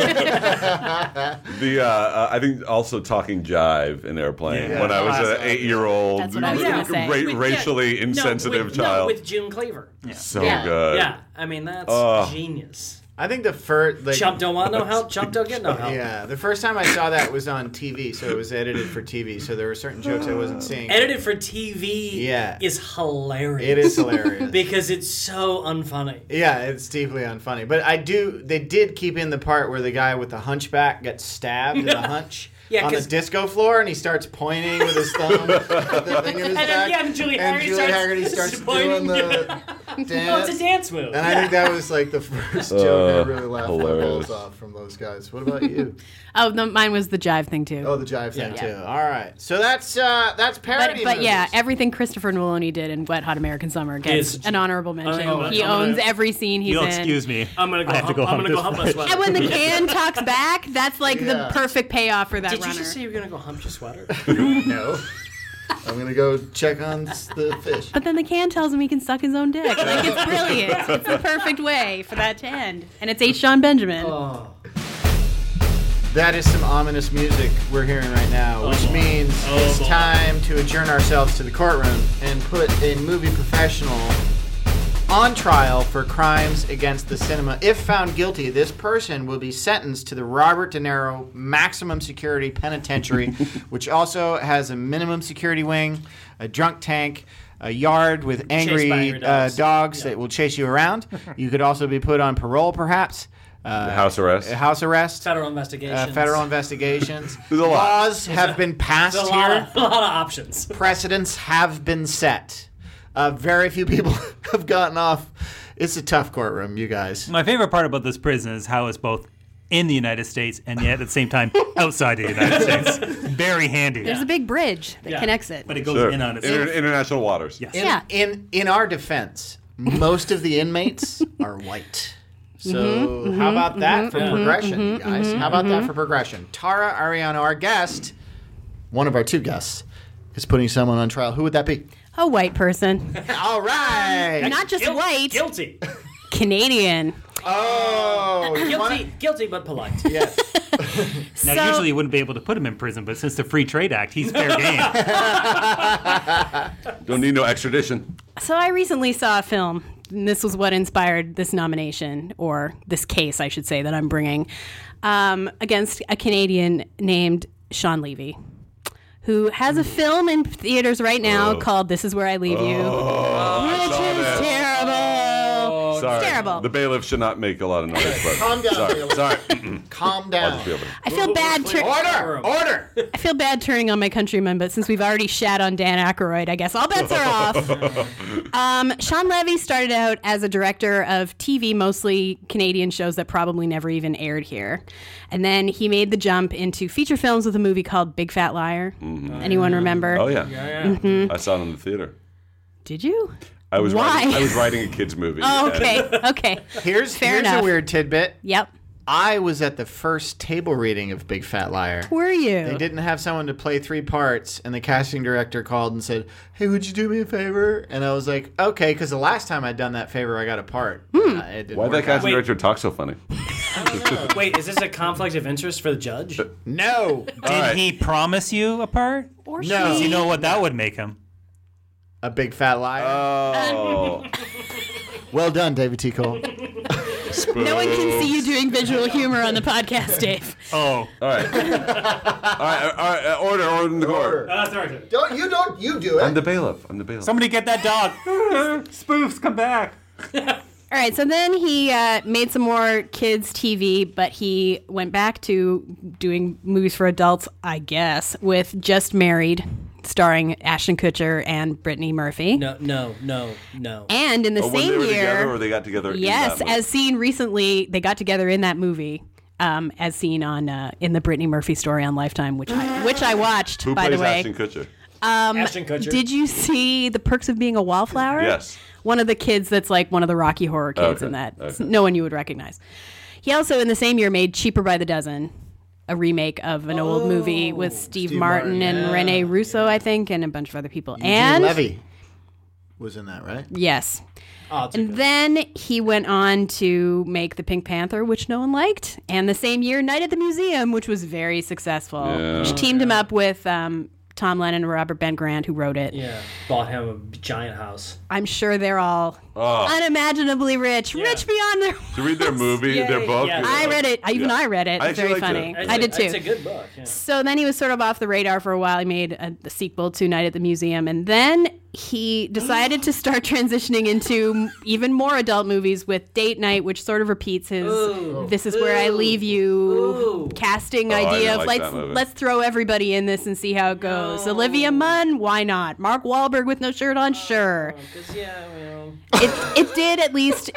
C: The uh, uh, I think also talking jive in airplane
B: Yeah.
C: when I was
B: Classic.
C: an eight-year-old,
D: That's what I was
E: gonna
D: say.
C: ra-
E: With- yeah,
C: racially
E: no,
C: insensitive
E: with,
C: child.
E: No, with June Cleaver. Yeah,
C: so
D: Yeah.
C: good.
A: Uh,
E: I mean that's genius.
A: I think the first. Like,
E: Chump don't want no help. Chump don't get no help.
A: yeah, the first time I saw that was on TV, so it was edited for TV. So there were certain jokes I wasn't seeing.
E: Edited for TV
A: Yeah.
E: is hilarious.
A: It is hilarious.
E: because it's so unfunny.
A: Yeah, it's deeply unfunny. But I do. They did keep in the part where the guy with the hunchback gets stabbed in the hunch
E: Yeah,
A: on the
E: 'cause-
A: disco floor, and he starts pointing with his thumb. at the thing in his
E: And
A: back,
E: then, yeah, Julie
A: and
E: Haggerty
A: Julie
E: starts
A: Haggerty starts
E: pointing.
A: doing the.
E: Oh, it's a dance move.
G: And I think that was like the first joke I really laughed my
C: hilarious.
G: balls off from those guys. What about you?
D: Oh, no, mine was the jive thing too.
G: oh, the jive thing
A: Too.
G: too.
A: All right. So that's uh, that's
D: but,
A: parody.
D: but yeah,
A: movies.
D: everything Christopher Nolan did in Wet Hot American Summer gets
E: Is-
D: an honorable mention.
E: Oh,
D: he
E: I'm
D: owns
E: gonna-
D: every scene he's
B: You'll
D: in.
B: excuse me.
E: I'm gonna go.
B: I have to
E: hump,
B: go
E: I'm
B: hump
E: gonna go
B: this
E: hump
B: guy.
E: a sweater.
D: And when the can talks back, that's like
G: Yeah.
D: the perfect payoff for that
E: Did you
D: runner.
E: just say you were gonna go hump your sweater?
G: No. I'm gonna go check on s- the fish.
D: but then the can tells him he can suck his own dick. Like it's brilliant. It's the perfect way for that to end. And it's H. John Benjamin.
E: Oh. Uh,
A: That is some ominous music we're hearing right now, which means it's
E: boy.
A: time to adjourn ourselves to the courtroom and put a movie professional on trial for crimes against the cinema. If found guilty, this person will be sentenced to the Robert De Niro maximum security penitentiary, which also has a minimum security wing, a drunk tank, a yard with angry
E: angry
A: Uh,
E: dogs.
A: dogs that will chase you around. You could also be put on parole, perhaps. Uh,
C: House arrest.
A: House arrest.
E: Federal investigation.
A: Uh, federal investigations.
C: There's a lot.
A: Laws have been passed
E: a lot,
A: here.
E: of, a lot of options.
A: Precedents have been set. Uh, very few people have gotten off. It's a tough courtroom, you guys.
B: My favorite part about this prison is how it's both in the United States and yet at the same time outside the United States. Very handy.
D: There's a big bridge that
E: Yeah.
D: connects it.
B: but it goes
C: Sure.
B: in on itself.
C: Inter- international waters.
B: Yes.
D: yeah.
A: In in our defense, most of the inmates are white. So how about that for progression, you guys? how about that for progression? Tara Ariano, our guest, one of our two guests, is putting someone on trial. Who would that be?
D: A white person.
A: All right.
D: Not just
E: Guil-
D: white,
E: Guilty.
D: Canadian.
A: Oh, you wanna-
E: Guilty. Guilty, but polite.
A: Yes.
B: Now,
D: So-
B: usually you wouldn't be able to put him in prison, but since the Free Trade Act, he's fair game.
C: Don't need no extradition.
D: So I recently saw a film. And this was what inspired this nomination, or this case, I should say, that I'm bringing um, against a Canadian named Sean Levy, who has a film in theaters right now called "This Is Where I Leave You," which is terrible.
B: Oh,
C: Sorry.
D: terrible.
C: The bailiff should not make a lot of noise. But
A: Calm down,
C: Sorry.
A: bailiff.
C: Sorry.
A: Calm
C: I'll
A: down.
C: just be over.
D: I feel bad. Tur-
A: Order! Order!
D: I feel bad turning on my countrymen, but since we've already shat on Dan Aykroyd, I guess all bets are off. Um, Sean Levy started out as a director of TV, mostly Canadian shows that probably never even aired here, and then he made the jump into feature films with a movie called Big Fat Liar.
A: Mm-hmm.
D: Anyone remember?
C: Oh yeah. I saw it in the theater.
D: Did you?
C: I was
D: Mm-hmm. Why?
C: writing, I was writing a kids movie.
D: Oh,
C: and-
D: okay, okay.
A: Here's,
D: Fair
A: here's a
D: enough.
A: weird tidbit.
D: Yep.
A: I was at the first table reading of Big Fat Liar.
D: Were you?
A: They didn't have someone to play three parts, and the casting director called and said, Hey, would you do me a favor? And I was like, Okay, because the last time I'd done that favor, I got a part.
D: Hmm.
A: Uh, it didn't
C: Why'd that
A: work out.
C: casting director talk so funny?
E: Wait, is this a conflict of interest for the judge?
A: No!
B: Did
C: right.
B: he promise you a part?
D: Or
A: No.
B: Do
D: she?
B: you know what that would make him?
A: a Big Fat Liar.
C: Oh,
A: well done, David T. Cole.
D: No one can see you doing visual humor on the podcast, Dave.
B: Oh,
C: all right, all right, all right. uh, Order, order in the court.
E: Uh, sorry.
A: don't, you don't, you do
C: I'm the bailiff. I'm the bailiff.
B: somebody get that dog. Spoofs, come back.
D: All right, so then he uh, made some more kids' TV, but he went back to doing movies for adults, I guess, with Just Married, starring Ashton Kutcher and Brittany Murphy.
E: No, no, no, no.
D: And in the
C: Oh, when they
D: same
C: were together,
D: year,
C: or they got together. in
D: yes,
C: that movie?
D: as seen recently, they got together in that movie, um, as seen on uh, in the Brittany Murphy story on Lifetime, which I, which I watched,
C: who
D: by
C: plays
D: the way.
C: Ashton Kutcher?
E: Ashton Kutcher.
D: Um, Did you see The Perks of Being a Wallflower?
C: Yes.
D: One of the kids that's like one of the Rocky Horror kids
C: Okay,
D: in that. It's
C: okay.
D: No one you would recognize. He also, in the same year, made Cheaper by the Dozen, a remake of an old movie with Steve, Martin, and Rene Russo, I think, and a bunch of other people. and
A: Levy was in that, right?
D: yes.
E: Oh, it's a
D: And then he went on to make The Pink Panther, which no one liked, and the same year, Night at the Museum, which was very successful, which teamed him up with um, Tom Lennon and Robert Ben Grant, who wrote it.
E: Yeah, bought him a giant house.
D: I'm sure they're all unimaginably rich, rich beyond their.
C: Oh. To read their movie, their
D: Yay.
C: book.
E: Yeah.
D: I read it. I- Even I read it.
C: I
D: It's
C: actually
D: very
C: liked it.
D: funny.
C: I
D: I did
E: It's a
D: too.
E: good book. Yeah.
D: So then he was sort of off the radar for a while. He made a, the sequel to Night at the Museum, and then he decided to start transitioning into even more adult movies with Date Night, which sort of repeats his "This is where I leave you"
E: Ooh.
D: casting
C: Oh, I
D: idea
C: didn't
D: of
C: like that
D: let's
C: movie.
D: let's throw everybody in this and see how it goes. Olivia Munn, why not? Mark Wahlberg with no shirt on, sure.
E: 'Cause, yeah, well,
D: It it did at least.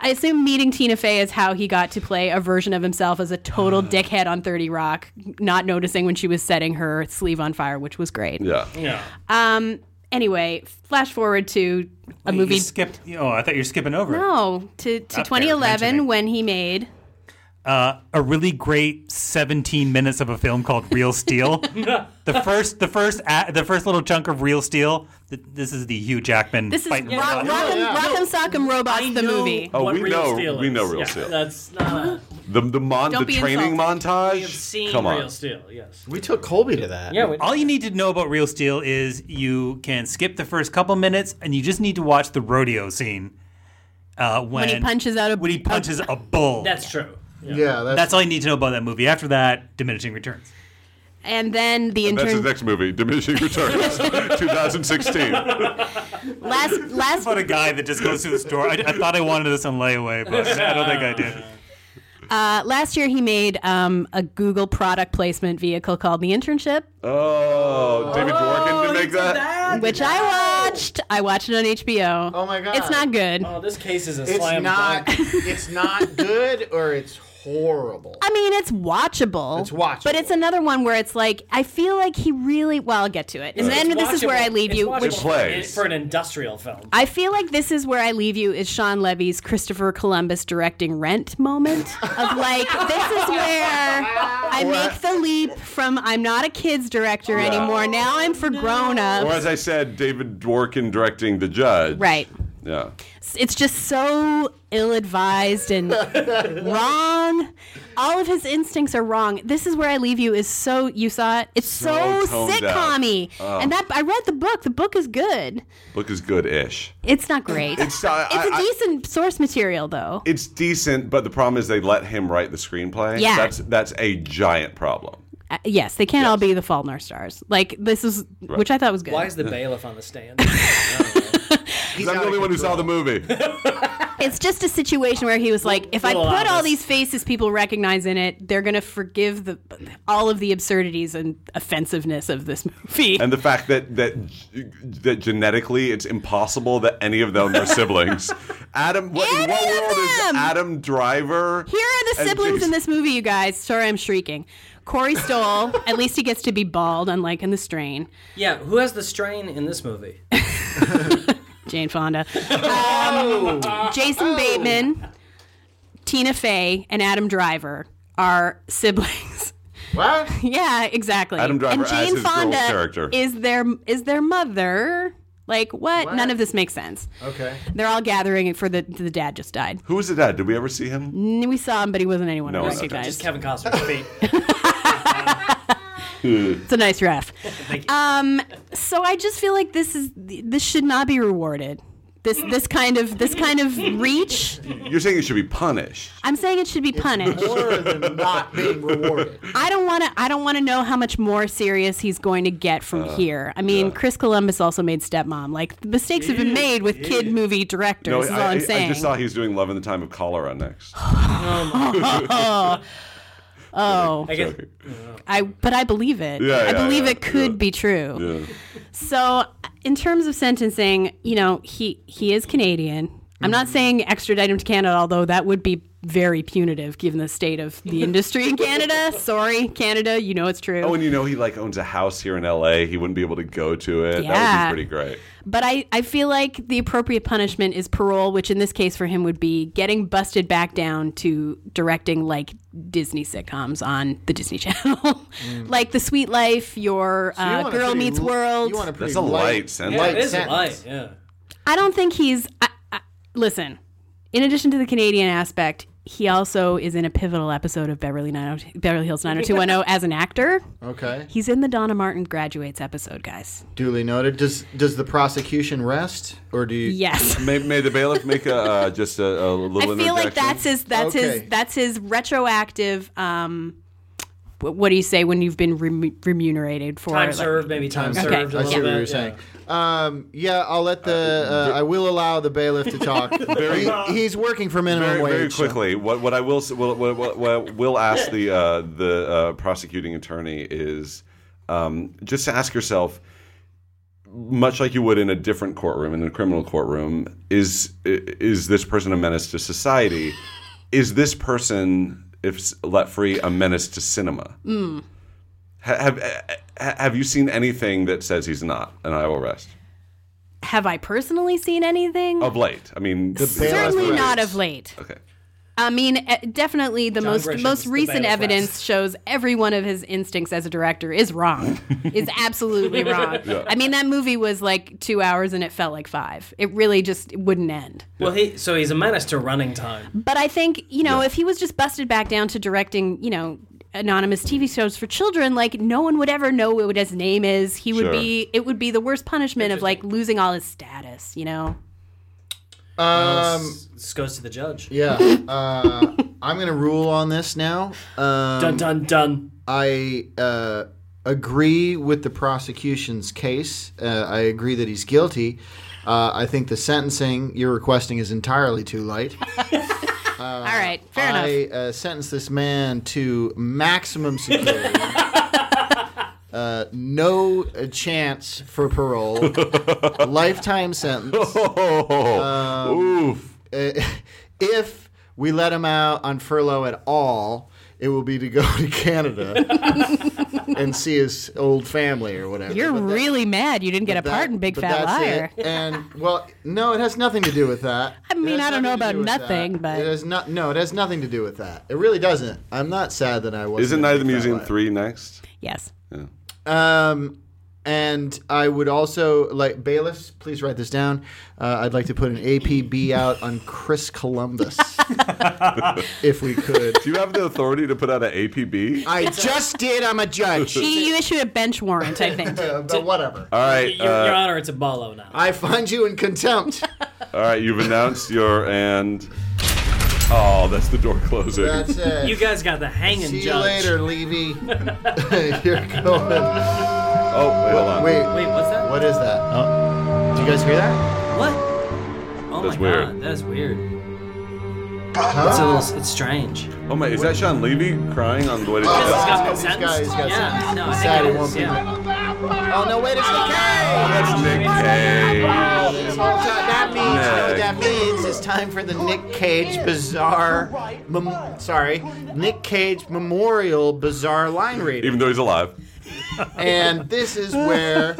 D: I assume meeting Tina Fey is how he got to play a version of himself as a total
B: Mm.
D: dickhead on 30 Rock, not noticing when she was setting her sleeve on fire, which was great.
C: Yeah.
E: yeah.
D: Um. Anyway, flash forward to a movie.
B: You skipped. Oh, I thought you were skipping over. it.
D: No, to, to
B: Not fair,
D: 2011
B: mentioning.
D: when he made.
B: uh, a really great 17 minutes of a film called Real Steel. the first, the first, a the first little chunk of Real Steel. Th- this is the Hugh Jackman.
D: This is Ro-
B: fighting robot.
D: Rock'em Rock'em Sock'em Robots, the movie.
C: Oh,
E: what
C: we
E: Real
C: know-
E: Steel
C: we know
E: is.
C: Real
E: Yeah,
C: Steel.
E: That's not.
C: The the, mon-
D: Don't
C: the
D: be
C: training
D: insulted.
C: montage.
E: We have seen
C: Come on.
E: Real Steel. Yes.
A: We took Colby to that.
E: Yeah. We,
B: All you need to know about Real Steel is you can skip the first couple minutes, and you just need to watch the rodeo scene. Uh,
D: When
B: when,
D: he punches out a-
B: when he punches a bull.
E: that's true. Yeah.
G: Yeah, that's,
B: That's all you need to know about that movie. After that, diminishing returns.
D: And then the
C: That's his
D: intern.
C: next movie, Diminishing Returns, 2016.
D: Last last
B: What a guy that just goes to the store. I, I thought I wanted this on layaway, but I don't think I did.
D: uh, last year he made um, a Google product placement vehicle called The Internship,
C: Oh, David Dworkin to make that.
D: which I watched. I watched it on HBO.
A: Oh my God.
D: It's not good.
E: Oh, this case is a
A: It's
E: slam
A: not.
E: dunk.
A: it's not good, or it's horrible.
D: I mean, it's watchable.
A: It's watchable.
D: But it's another one where it's like, I feel like he really. Well, I'll get to it. And then
E: It's
D: this is where I
E: watchable.
D: leave
E: It's
D: you,
E: watchable
D: which
C: It plays.
E: for an industrial film.
D: I feel like this is where I leave you is Sean Levy's Christopher Columbus directing Rent moment of like this is where I make the leap from I'm not a kids director anymore. Now I'm for grown
C: Or
D: ups.
C: as I said, David Dworkin directing The Judge.
D: Right.
C: Yeah.
D: It's just so ill advised and wrong. All of his instincts are wrong. This is where I leave you is so you saw it. It's so,
C: So toned Oh. down.
D: sitcom-y. And that I read the book. The book is good.
C: Look is good-ish.
D: It's not great. It's,
C: It's, uh, I-
D: a
C: I-
D: decent source material though.
C: it's decent, but the problem is they let him write the screenplay.
D: Yeah.
C: That's that's a giant problem.
D: Uh, yes, they can't all be the Fault in Our Stars. Like this is, which I thought was good.
E: Why is the bailiff on the stand? I don't know.
A: He's
C: I'm the
A: out of
C: only one who saw the movie.
D: It's just a situation where he was like, if I
E: Little
D: put all
E: Alice.
D: these faces people recognize in it, they're gonna forgive the all of the absurdities and offensiveness of this movie.
C: and the fact that that that genetically it's impossible that any of them are siblings. Adam, what, in
D: Any
C: what
D: of
C: world
D: them!
C: is Adam Driver?
D: Here are the
C: and
D: siblings in
C: Jason-
D: this movie, you guys. Sorry, I'm shrieking. Corey Stoll, at least he gets to be bald, unlike in The Strain.
E: yeah. Who has the strain in this movie?
D: Jane Fonda, um,
C: Oh.
D: Jason Bateman, Tina Fey, and Adam Driver are siblings.
A: What?
D: Yeah, exactly.
C: Adam Driver
D: and
C: as
D: Jane
C: his girl
D: Fonda
C: character.
D: is their is their mother. Like what?
A: What?
D: None of this makes sense.
A: Okay.
D: They're all gathering for the the dad just died.
C: Who was the dad? Did we ever see him?
D: And we saw him, but he wasn't anyone
C: No,
D: I
C: it's
D: recognized.
E: Just Kevin Costner's feet.
D: It's a nice ref. Um, so I just feel like this is this should not be rewarded. This this kind of this kind of reach.
C: You're saying he should be punished.
D: I'm saying it should be punished.
A: More than not being rewarded.
D: I don't want to. I don't want to know how much more serious he's going to get from
C: Uh,
D: here. I mean, Chris Columbus also made Stepmom. Like the mistakes have been made with kid movie directors.
C: No,
D: is all
C: I,
D: I'm
C: I-
D: saying.
C: I just saw he's doing Love in the Time of Cholera next.
D: oh,
E: I guess,
D: I but I believe it.
C: Yeah,
D: I
C: yeah,
D: believe
C: yeah,
D: it could
C: yeah.
D: be
C: Yeah.
D: true. So, in terms of sentencing, you know, he he is Canadian. I'm
C: Mm-hmm.
D: not saying extradite him to Canada, although that would be very punitive given the state of the industry in Canada. Sorry, Canada, you know it's true.
C: Oh, and you know he like owns a house here in LA. He wouldn't be able to go to it.
D: Yeah.
C: That would be pretty great.
D: But I, I feel like the appropriate punishment is parole, which in this case for him would be getting busted back down to directing like Disney sitcoms on the Disney Channel,
C: Mm.
D: like The Sweet Life, your
A: You
D: uh,
A: want a
D: Girl
A: pretty
D: Meets
A: l-
D: World.
A: You want a pretty
C: That's a light sentence.
E: yeah, it is a
A: sentence.
E: light. Yeah.
D: I don't think he's. I, I, listen, in addition to the Canadian aspect, he also is in a pivotal episode of Beverly, 90, Beverly Hills 90210 as an actor.
A: Okay.
D: He's in the Donna Martin graduates episode, guys.
A: Duly noted. Does does the prosecution rest, or do you?
D: Yes.
C: May, may the bailiff make a uh, just a, a little
D: I feel like
C: interjection?
D: that's his. That's
A: Okay.
D: his. That's his retroactive. Um, wh- what do you say when you've been remu- remunerated for
E: Time
D: like-
E: served, maybe time
D: Okay.
E: served a
D: I
E: little bit.
D: see what
A: you
E: yeah.
A: were saying. Um, yeah, I'll let the. Uh, I will allow the bailiff to talk.
C: Very-
A: He- he's working for minimum
C: Very,
A: wage.
C: very
A: so-
C: quickly, what, what I will s- what, what, what, what will ask the uh, the uh, prosecuting attorney is um, just to ask yourself, much like you would in a different courtroom, in a criminal courtroom, is i- is this person a menace to society? Is this person, if s- let free, a menace to cinema?
D: Hmm.
C: Ha- Have ha- have you seen anything that says he's not? And I will rest.
D: Have I personally seen anything?
C: Of late, I mean,
D: Certainly not of late.
C: Okay.
D: I mean, eh, definitely the most
E: Grisham's
D: most
E: the
D: recent
E: bailiff
D: evidence
E: last.
D: shows every one of his instincts as a director is wrong, is absolutely wrong. I mean, that movie was like two hours and it felt like five. It really just wouldn't end.
E: Well, he so he's a menace to running time.
D: But I think, you know, if he was just busted back down to directing, you know, anonymous TV shows for children, like no one would ever know what his name is. He would
C: Sure.
D: be it would be the worst punishment of like losing all his status, you know.
A: Um,
E: This- this goes to the judge.
A: yeah, uh, I'm gonna rule on this now. Um,
E: Dun dun dun.
A: I uh, agree with the prosecution's case. Uh, I agree that he's guilty. Uh, I think the sentencing you're requesting is entirely too light.
D: all right, fair
A: Uh, I
D: enough.
A: Uh, sentenced this man to maximum security. uh, no uh, chance for parole. lifetime sentence.
D: Oh,
C: Oof.
A: Uh, if we let him out on furlough at all, it will be to go to Canada and see his old family or whatever.
D: You're really mad you didn't get a
A: That-
D: part in Big
A: but
D: Fat
A: that's
D: Liar.
A: it. And well, no, it has nothing to do with that.
D: I mean,
A: It has
D: I don't know
A: nothing to
D: about
A: do with
D: nothing,
A: that.
D: but-
A: it has not. No, it has nothing to do with that. It really doesn't. I'm not sad that I wasn't.
C: Isn't
A: in
C: Night of the
A: Big Fat
C: Museum
A: Liar.
C: three next?
D: Yes.
A: Um, and I would also like bailiffs. Please write this down. Uh, I'd like to put an APB out on Chris Columbus, if we could.
C: Do you have the authority to put out an APB?
A: I just did. I'm a judge.
D: She, you issued a bench warrant, I think.
A: Uh, but whatever.
C: All right,
E: Your, Your
C: uh,
E: Honor, it's a bolo now.
A: I find you in contempt.
C: all right. You've announced your and. Oh, that's the door closing.
A: That's it.
E: you guys got the hanging
A: See you
E: judge.
A: later, Levy. You're going.
C: oh, wait, hold on.
A: Wait,
E: Wait, what's that?
A: what is that? Oh. Did you guys hear that?
E: What? Oh
C: That's
E: my
C: weird.
E: god, that's weird. It's a little, it's strange.
C: Oh my, is that Sean Levy crying on the way to
E: Because he's
C: jail?
E: got been
A: this guy-
E: sentenced.
A: he's got
E: yeah,
A: sentenced.
E: no,
A: He's
E: I
A: sad he
E: think it
A: won't
E: is,
A: be
E: yeah.
A: Oh no! Wait, it's the cat.
C: That's Nick Cage.
A: Oh, this whole time- That means you know what that means it's time for the Nick Cage bizarre, mem- sorry, Nick Cage memorial bizarre line reading,
C: Even though he's alive.
A: and this is where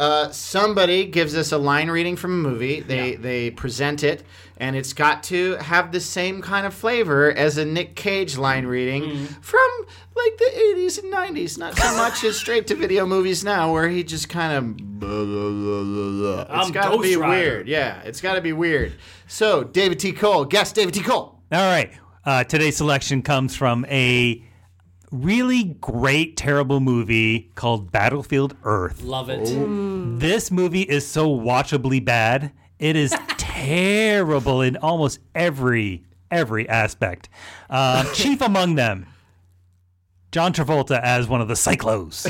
A: uh, somebody gives us a line reading from a movie. They they present it, and it's got to have the same kind of flavor as a Nick Cage line reading
E: Mm-hmm.
A: from like the '80s and '90s. Not so much as straight to video movies now, where he just kind of. blah, blah, blah, blah, blah. It's
E: I'm
A: got to be
E: Ghost Rider.
A: weird. Yeah, it's got to be weird. So David T. Cole, guess David T. Cole.
B: All right. Uh, today's selection comes from a really great, terrible movie called Battlefield Earth.
E: Love it.
C: Oh.
B: This movie is so watchably bad. It is terrible in almost every every aspect. Uh, chief among them, John Travolta as one of the Cyclos.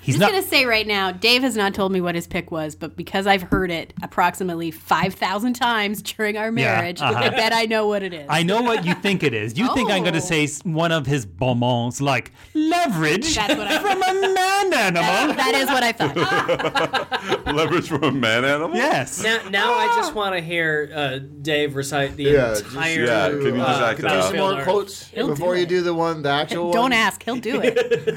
B: He's
D: I'm
B: not.
D: going to say right now, Dave has not told me what his pick was, but because I've heard it approximately 5,000 times during our marriage,
H: uh-huh.
D: I bet I know what it is.
B: I know what you think it is. You think I'm going
D: Oh.
B: to say s- one of his bon mots like leverage
D: That's what I-
B: from a man animal.
D: that is what I thought.
C: Leverage from a man animal?
B: Yes.
E: Now, now I just want to hear uh, Dave recite the
A: Yeah, just-
E: entire.
C: Yeah, can you just
E: uh,
C: act it
A: Do
C: out?
A: some more
E: Battlefield Earth.
A: quotes before you do the one, the actual one.
D: Don't ask. He'll do it.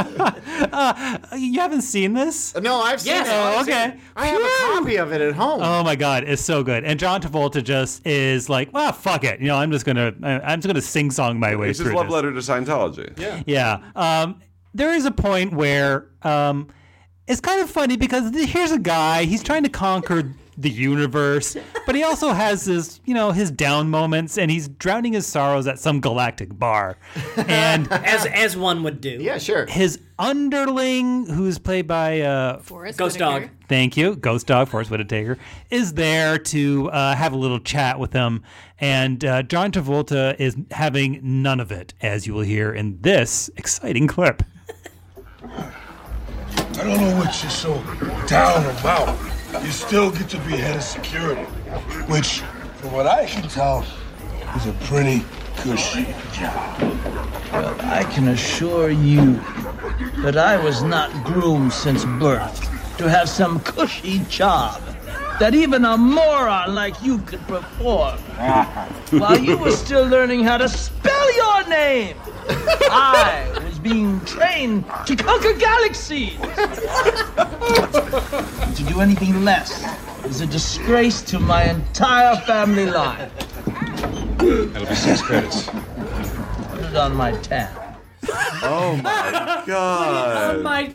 B: Uh, You haven't seen this?
A: No, I've seen
E: Yes.
A: it.
B: Oh,
A: I've seen
B: okay.
A: it. Uh, I have a copy of it at home.
B: Oh my God, it's so good. And John Travolta just is like, well, fuck it. You know, I'm just gonna, I- I'm just gonna sing song my way
C: It's his
B: through
C: love
B: this.
C: letter to Scientology. Yeah.
B: Yeah. Um, there is a point where um, it's kind of funny because th- here's a guy, he's trying to conquer the universe, but he also has his, you know, his down moments, and he's drowning his sorrows at some galactic bar, and
H: as as one would do.
A: Yeah, sure.
B: his underling, who's played by uh,
D: Forrest
H: Ghost
D: Whitaker.
H: dog.
B: Thank you. Ghost Dog, Forrest Whitaker, is there to uh, have a little chat with him. And uh, John Travolta is having none of it, as you will hear in this exciting clip.
I: I don't know what you're so down about. You still get to be head of security, which, from what I can tell, is a pretty cushy job.
J: Well, I can assure you that I was not groomed since birth to have some cushy job that even a moron like you could perform while you were still learning how to spell your name. I was being trained to conquer galaxies. to do anything less is a disgrace to my entire family life.
K: That'll be six credits.
J: Put it on my tab.
C: Oh my god.
H: Oh My
B: Put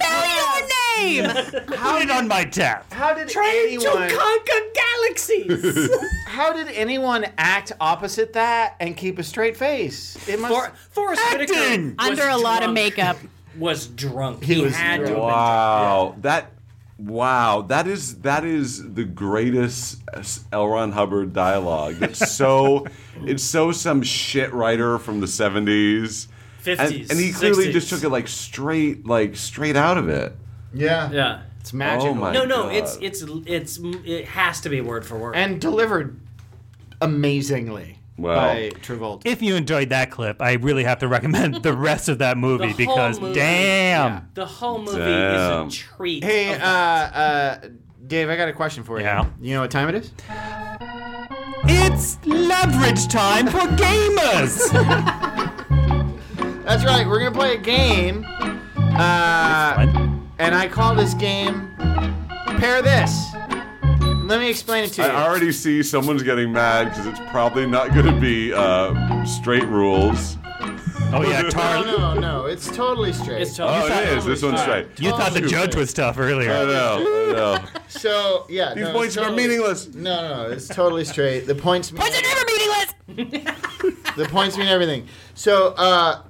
B: it on my tap.
A: How did anyone?
H: conquer galaxies.
A: How did anyone act opposite that and keep a straight face? It must.
E: For, Forrest Whitaker
B: Acting!
E: was
D: Under a lot of
E: drunk-
D: makeup.
E: was drunk. He,
A: was
E: had to. have been-
C: Wow. That wow, that is that is the greatest L. Ron Hubbard dialogue. It's so it's so some shit writer from the 70s. And-
E: 50s,
C: And, he clearly
E: 60s.
C: just took it like straight like straight out of it.
A: yeah.
E: Yeah.
A: It's magical.
C: Oh my
E: No, no,
C: God.
E: it's it's it's it has to be word for word.
A: And delivered amazingly
C: Wow.
A: by Travolta.
B: If you enjoyed that clip, I really have to recommend the rest of that movie
E: The whole
B: because,
E: movie.
B: damn.
E: the whole movie
C: Damn.
E: is a treat.
A: hey,
E: of-
A: uh, uh, Dave, I got a question for you.
B: Yeah.
A: You know what time it is?
B: It's leverage time for gamers.
A: That's right. We're gonna play a game. Uh, and I call this game "Pair This." Let me explain it to you.
C: I already see someone's getting mad because it's probably not going to be uh, straight rules.
B: oh, yeah.
A: no,
B: Tar-
A: no, no. It's totally straight.
E: it's tough.
C: Oh, it is. This one's straight.
B: you thought the judge was tough
C: I
B: earlier.
C: know. I know.
A: so yeah.
C: These
A: no, it's
C: points are
A: totally-
C: meaningless.
A: No, no, it's totally straight. The points. mean-
D: Points are never meaningless.
A: the points mean everything. So, uh,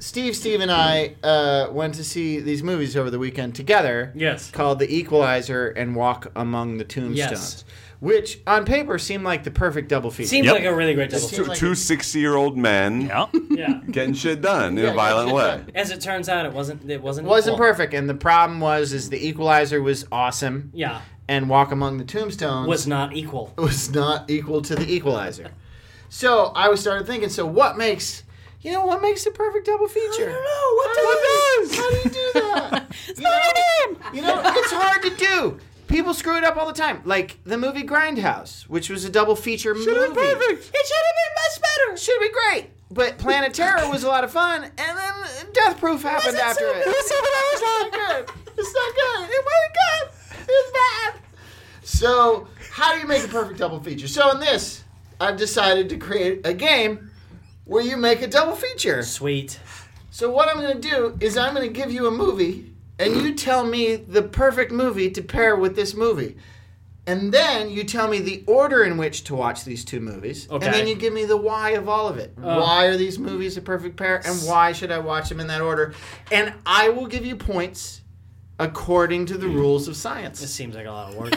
A: Steve, Steve, and I uh, went to see these movies over the weekend together.
E: Yes.
A: Called The Equalizer and Walk Among the Tombstones,
E: Yes.
A: which on paper seemed like the perfect double feature.
E: Seems
B: Yep.
E: like a really great double.
A: Seems
E: feature.
C: Two
A: like
C: two 60 year old men
B: Yeah.
E: Yeah.
C: getting shit done in
A: Yeah,
C: a violent
A: shit
C: way.
A: done.
E: As it turns out, it wasn't. It wasn't.
A: It wasn't
E: equal.
A: perfect, and the problem was is The Equalizer was awesome.
E: Yeah.
A: And Walk Among the Tombstones
E: Was not equal.
A: was not equal to the equalizer. So I was started thinking. So what makes you know what makes the perfect double feature? I don't know. What does? How do you do that? you, know, you know, it's hard to do. People screw it up all the time. Like the movie Grindhouse, which was a double feature movie. It should have been much better. Should be great. But Planet Terror was a lot of fun, and then Death Proof happened after it. It was seven hours long. It's not good. It wasn't good. It's bad. So, how do you make a perfect double feature? So, in this, I've decided to create a game where you make a double feature.
E: Sweet.
A: So, what I'm going to do is I'm going to give you a movie, and you tell me the perfect movie to pair with this movie. And then you tell me the order in which to watch these two movies.
E: Okay. Uh.
A: And then you give me the why of all of it. why are these movies a perfect pair? And why should I watch them in that order? And I will give you points according to the
E: Hmm.
A: rules of science
E: This seems like a lot of work.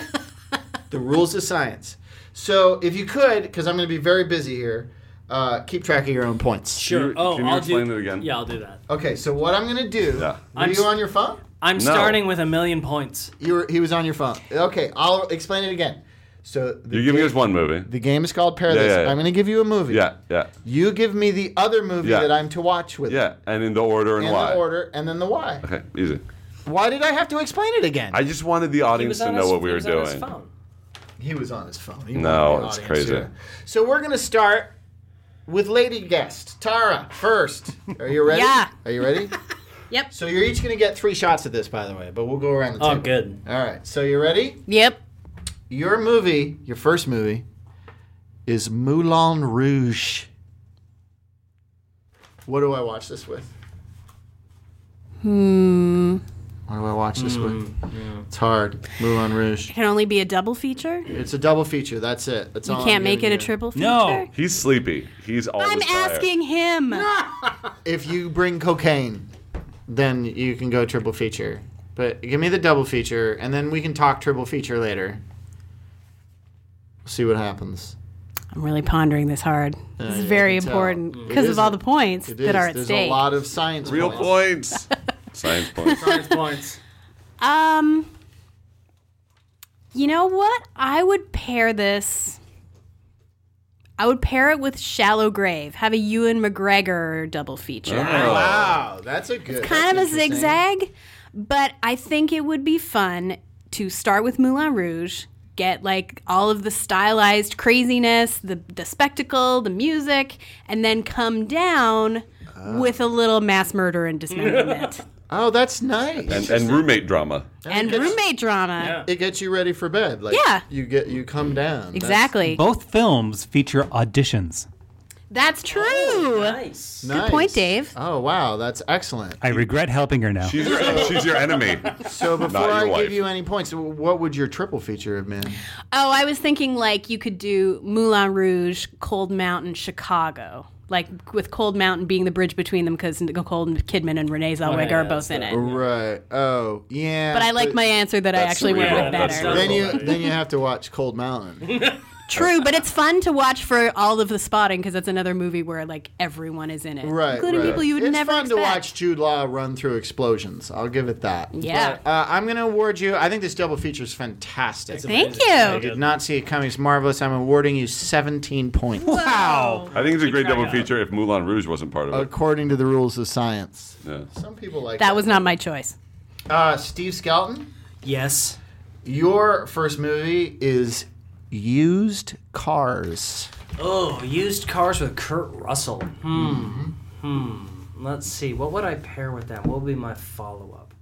A: the rules of science. So if you could, because I'm going to be very busy here, uh, keep track of your own points.
E: Sure.
C: you-
E: oh,
C: can you
E: I'll
C: explain
E: do,
C: it again?
E: Yeah, I'll do that.
A: Okay, so what I'm going to do?
C: Yeah.
A: Were
E: I'm
A: you
E: s-
A: on your phone?
E: I'm starting with a million points.
A: You were, he was on your phone. Okay, I'll explain it again. So the,
C: You're giving
A: ga-
C: us one movie.
A: the game is called Pair This.
C: yeah, yeah.
A: I'm going to give you a movie.
C: Yeah, yeah,
A: You give me the other movie
C: Yeah.
A: that I'm to watch with. it.
C: yeah. And in the order and
A: And
C: why.
A: the order, and then the why.
C: Okay, easy.
A: Why did I have to explain it again?
C: I just wanted the
E: He
C: audience
E: was
C: to
E: on
C: know
E: his,
C: what we
E: he
C: were
E: was On his
C: doing.
E: phone.
A: He was on his phone. He wasn't
C: No,
A: in the
C: it's
A: audience
C: crazy.
A: here. So we're gonna start with lady guest Tara first. Are you ready?
D: Yeah.
A: Are you ready?
D: Yep.
A: So you're each gonna get three shots at this, by the way, but we'll go around the
E: Oh,
A: table.
E: good.
A: All right. So you ready?
D: Yep.
A: Your movie, your first movie, is Moulin Rouge.
D: Hmm.
A: What do I watch this with? What do I watch this week? It's hard. Moulin Rouge.
D: It can only be a double feature.
A: It's a double feature. That's it. That's
D: You
A: all. I'm
D: can't make
A: giving
D: it a
A: you.
D: triple feature.
C: He's sleepy. He's always
D: I'm
C: tired.
D: asking him.
A: If you bring cocaine, then you can go triple feature. But give me the double feature, and then we can talk triple feature later. See what happens.
D: I'm really pondering this hard.
A: Yeah,
D: this
A: yeah,
D: is
A: I
D: very
A: Uh, can tell.
D: important
A: It
D: because
A: is
D: of all
A: a-
D: the points
A: It
D: that
A: is.
D: are at
A: There's
D: stake.
A: a lot of science.
C: Real points. Science points.
E: Science points.
D: Um, you know what? I would pair this. I would pair it with Shallow Grave. Have a Ewan McGregor double feature.
A: Wow, that's a good.
D: kind of a
A: that's Oh, interesting.
D: zigzag, but I think it would be fun to start with Moulin Rouge, get like all of the stylized craziness, the the spectacle, the music, and then come down with a little mass murder and dismemberment
A: Oh, that's nice.
C: And, and roommate drama.
D: and roommate drama.
A: it gets you ready for bed. Like,
D: Yeah.
A: You get you come down. That's-
D: Exactly.
B: Both films feature auditions.
D: That's true.
A: Oh,
E: nice.
A: Nice.
D: point, Dave.
A: Oh wow, that's excellent.
B: I regret helping her now.
C: She's your, she's your enemy.
A: So before
C: your
A: I
C: wife.
A: give you any points, what would your triple feature have been?
D: Oh, I was thinking like you could do Moulin Rouge, Cold Mountain, Chicago. Like with Cold Mountain being the bridge between them because Nicole Kidman and Renee Zellweger
E: yeah,
D: are both in it.
A: Right. Oh yeah.
D: But I like my answer that I
C: That's
D: actually went
C: cerebral.
D: with
C: That's
D: better.
C: cerebral.
A: Then you then you have to watch Cold Mountain.
D: True, but it's fun to watch for all of the spotting because that's another movie where like everyone is in it,
A: Right.
D: including
A: right.
D: people you would
A: it's
D: never
A: fun
D: expect.
A: to watch Jude Law run through explosions. I'll give it that.
D: Yeah.
A: But, uh, I'm going to award you. I think this double feature is fantastic.
D: Thank
A: I
D: you.
A: did not see it coming. It's marvelous. I'm awarding you 17 points.
B: Wow.
C: I think it's a great double feature if Moulin Rouge wasn't part of it.
A: According to the rules of science.
C: Yeah.
A: Some people like
D: That was not my choice.
A: Uh, Steve Skelton,
E: Yes.
A: your first movie is Used Cars.
E: Oh, used cars with Kurt Russell. Hmm. Hmm. Let's see. What would I pair with that? What would be my follow up?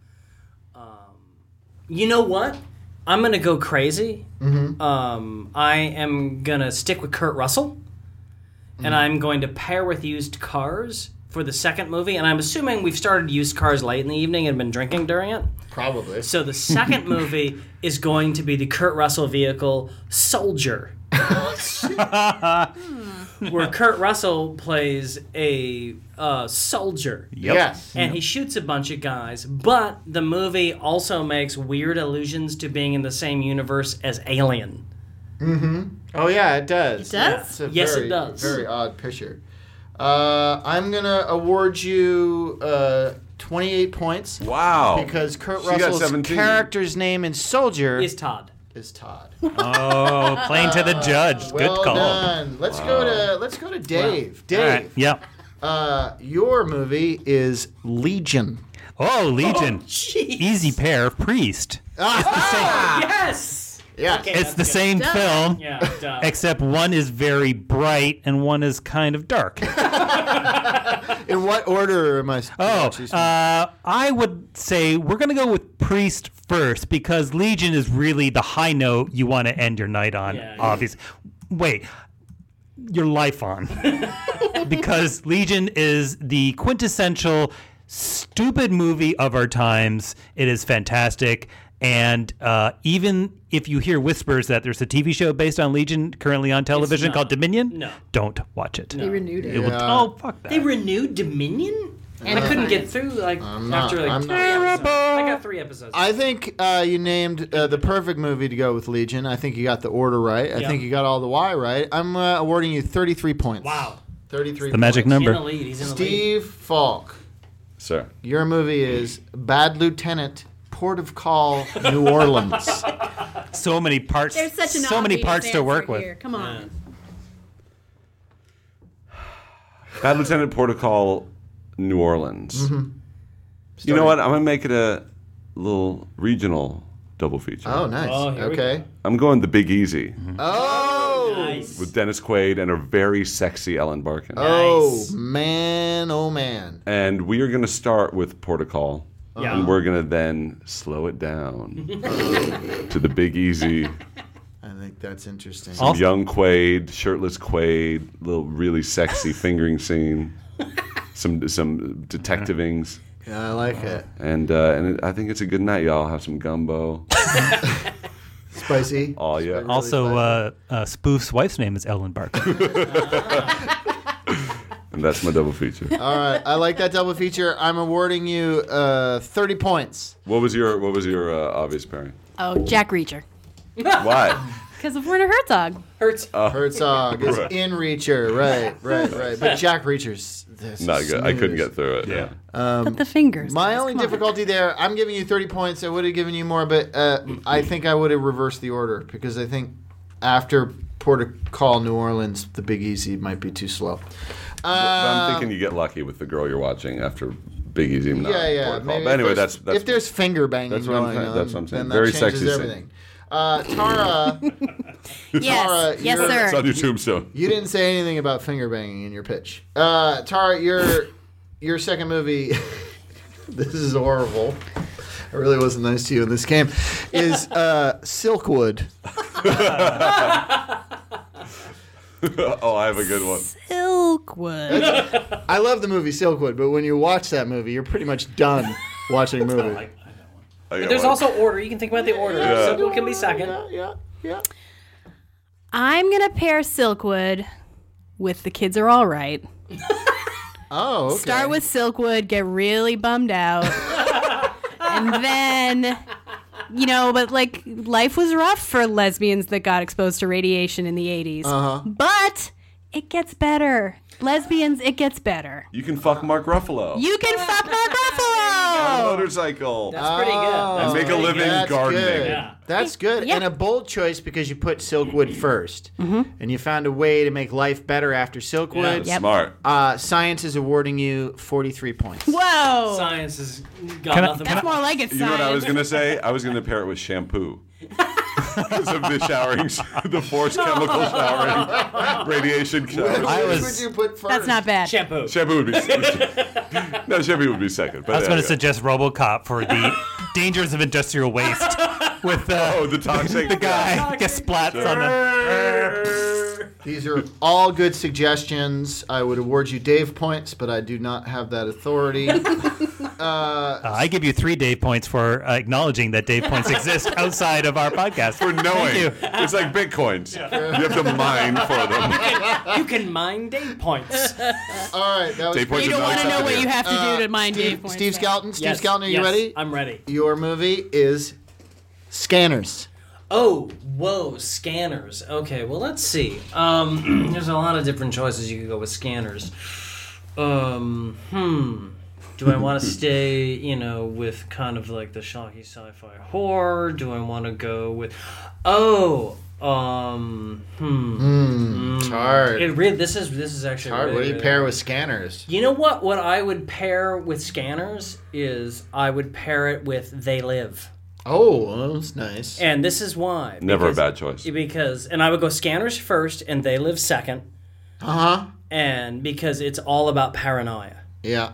E: Um, you know what? I'm gonna go crazy. Um, I am gonna stick with Kurt Russell, and I'm going to pair with used cars for the second movie. And I'm assuming we've started used cars late in the evening and been drinking during it.
A: Probably.
E: So the second movie is going to be the Kurt Russell vehicle Soldier. where Kurt Russell plays a uh, soldier.
A: Yes.
E: And he shoots a bunch of guys, but the movie also makes weird allusions to being in the same universe as Alien.
A: Oh yeah, it does. It
D: does?
E: Yes, it
A: very,
E: does.
A: Very odd picture. Uh, I'm gonna award you uh, 28 points
C: Wow.
A: because Kurt
C: She got
A: Russell's
C: 17.
A: character's name in Soldier
E: Is
A: is,
E: Todd.
A: Todd.
B: Oh, playing to the judge.
A: well
B: Good call.
A: done. Let's go to let's go to Dave.
B: All
A: Dave,
B: right. Yep.
A: uh, your movie is Legion.
B: Oh, Legion. Easy pair. Priest.
A: Oh,
E: Yes!
A: Yes.
B: It's the same film,
E: Yeah, duh.
B: except one is very bright and one is kind of dark.
A: In what order am I?
B: Oh, uh, I would say we're going to go with Priest first because Legion is really the high note you want to end your night on,
E: Yeah, yeah.
B: obviously. Wait, your life on. because Legion is the quintessential stupid movie of our times. It is fantastic. And uh, even if you hear whispers that there's a TV show based on Legion currently on television called Dominion,
E: No.
B: don't watch it.
D: They renewed
B: It will,
A: Yeah.
B: oh, fuck that.
E: They renewed Dominion? And I couldn't get through, like, after, like,
A: I'm
E: three
A: not-
E: episodes. I got three episodes.
A: I think uh, you named uh, the perfect movie to go with Legion. I think you got the order right. I
E: Yeah.
A: think you got all the why right. I'm uh, awarding you 33 points.
E: wow.
A: 33.
B: The magic
A: points.
E: He's in the
B: number.
E: lead. He's in the lead.
A: Steve Falk,
C: Sir.
A: your movie is Bad Lieutenant, Port of Call, New Orleans.
B: so many parts.
D: There's such an
B: so many parts to work with.
D: Come on.
C: Bad Lieutenant Protocol, New Orleans.
E: Mm-hmm.
C: You know what? I'm gonna make it a little regional double feature.
A: Oh, nice.
E: Oh, Mm-hmm. here we
A: okay.
C: I'm going the Big Easy
A: Oh,
E: Nice.
C: with Dennis Quaid and a very sexy Ellen Barkin.
A: oh man, oh man.
C: And we are gonna start with Protocol.
E: Yeah.
C: And we're gonna then slow it down to the Big Easy.
A: I think that's interesting.
B: All- Also-
C: Young Quaid, shirtless Quaid, little really sexy fingering scene, some some detectivings.
A: Yeah, I like it.
C: And uh, and it, I think it's a good night, y'all. Have some gumbo.
A: Spicy.
C: Oh yeah.
B: also, uh, uh, Spoof's wife's name is Ellen Barker.
C: and that's my double feature.
A: All right, I like that double feature. I'm awarding you uh, 30 points.
C: What was your What was your uh, obvious pairing?
D: Oh, Jack Reacher.
C: Why?
D: Because of Werner Herzog.
E: Hertz.
C: Oh.
A: Herzog is
C: Right.
A: in Reacher, right, right, right. But Jack Reacher's this
C: Not good. I
A: smooth.
C: couldn't get through it. Yeah.
A: Um,
D: the fingers.
A: My only difficulty there, I'm giving you 30 points. I would have given you more, but uh, I think I would have reversed the order because I think after Port of Call, New Orleans, the Big Easy might be too slow.
C: But
A: Uh,
C: I'm thinking you get lucky with the girl you're watching after Big Easy. not
A: yeah, yeah.
C: Port Call.
A: maybe
C: But
A: if
C: anyway,
A: there's-
C: that's that's
A: if there's finger banging
C: that's what I'm
A: going
C: saying-
A: on,
C: that's what I'm saying.
A: then
C: Very
A: that changes
C: sexy scene.
A: everything. Uh, Tara, Tara,
D: yes,
A: you're-
D: sir.
C: It's on your tombstone.
A: you didn't say anything about finger banging in your pitch. Uh, Tara, your your second movie. this is horrible. I really wasn't nice to you in this game. Is uh, Silkwood.
C: oh, I have a good one.
D: Silkwood.
A: I love the movie Silkwood, but when you watch that movie, you're pretty much done watching the movie.
C: I
E: But
C: got
E: there's
C: one.
E: also order. You can think about the order.
C: Yeah.
E: So what can be second?
A: yeah, yeah.
D: I'm going to pair Silkwood with The Kids Are All Right.
A: Oh, okay.
D: Start with Silkwood, get really bummed out. and then, you know, but like life was rough for lesbians that got exposed to radiation in the 80s.
A: Uh-huh.
D: But it gets better. Lesbians, it gets better.
C: You can fuck Mark Ruffalo.
D: You can fuck Mark
C: on a
D: Ruffalo.
C: motorcycle. Uh,
E: That's pretty good. That's
C: and make a
E: pretty
C: living
E: good.
C: gardening.
A: Oh, Good.
E: Yeah.
A: That's good.
D: Yeah. Mm-hmm.
A: And a bold choice because you put Silkwood 1st And you found a way to make life better after Silkwood.
E: Yeah.
D: Yep.
C: Smart.
A: Uh, science is awarding you 43 points.
D: Whoa.
E: Science has got
B: Can I-
E: nothing.
D: That's more like it,
C: You know what I was
D: science.
C: gonna say? I was gonna pair it with shampoo. Because of the showering, the forced chemical showering, radiation showers.
B: I
A: Which
B: was-
A: would you put first?
D: That's not bad.
E: shampoo.
C: Shampoo would be no. Shampoo would be second. But
B: I was going
C: yeah, yeah.
B: to suggest RoboCop for the dangers of industrial waste with uh,
C: Oh, the toxic
B: the guy gets splats on the.
A: These are all good suggestions. I would award you Dave points, but I do not have that authority.
B: Uh, I give you three Dave points for uh, acknowledging that Dave points exist outside of our podcast.
C: For knowing,
B: you.
C: it's like bitcoins. You have to mine for them.
E: You can mine date points.
A: all right. That was
C: Dave points
D: You
C: is
D: don't
C: not
D: want to know
C: accepted
D: what
C: here.
D: you have to
A: Uh,
D: do to mind Dave
A: Steve,
D: points Uh,
A: Steve
D: out.
A: Skelton. Steve
E: Yes,
A: Skelton, are you
E: yes,
A: ready?
E: I'm ready.
A: Your movie is Scanners.
E: Oh, whoa, scanners. Okay, well, let's see. Um, there's a lot of different choices you could go with scanners. Um, hmm. Do I want to stay, you know, with kind of like the shocky sci-fi horror? Do I want to go with? Oh, um, hmm.
A: It's hard.
E: It really. This is this is actually
A: hard.
E: Really,
A: What do you
E: really
A: pair with Scanners?
E: You know what? What I would pair with scanners is I would pair it with They Live,
A: Oh, that's nice.
E: and this is why.
C: Never a
E: because-
C: bad choice.
E: because and I would go scanners first and they live second
A: Uh huh.
E: and because it's all about paranoia.
A: Yeah.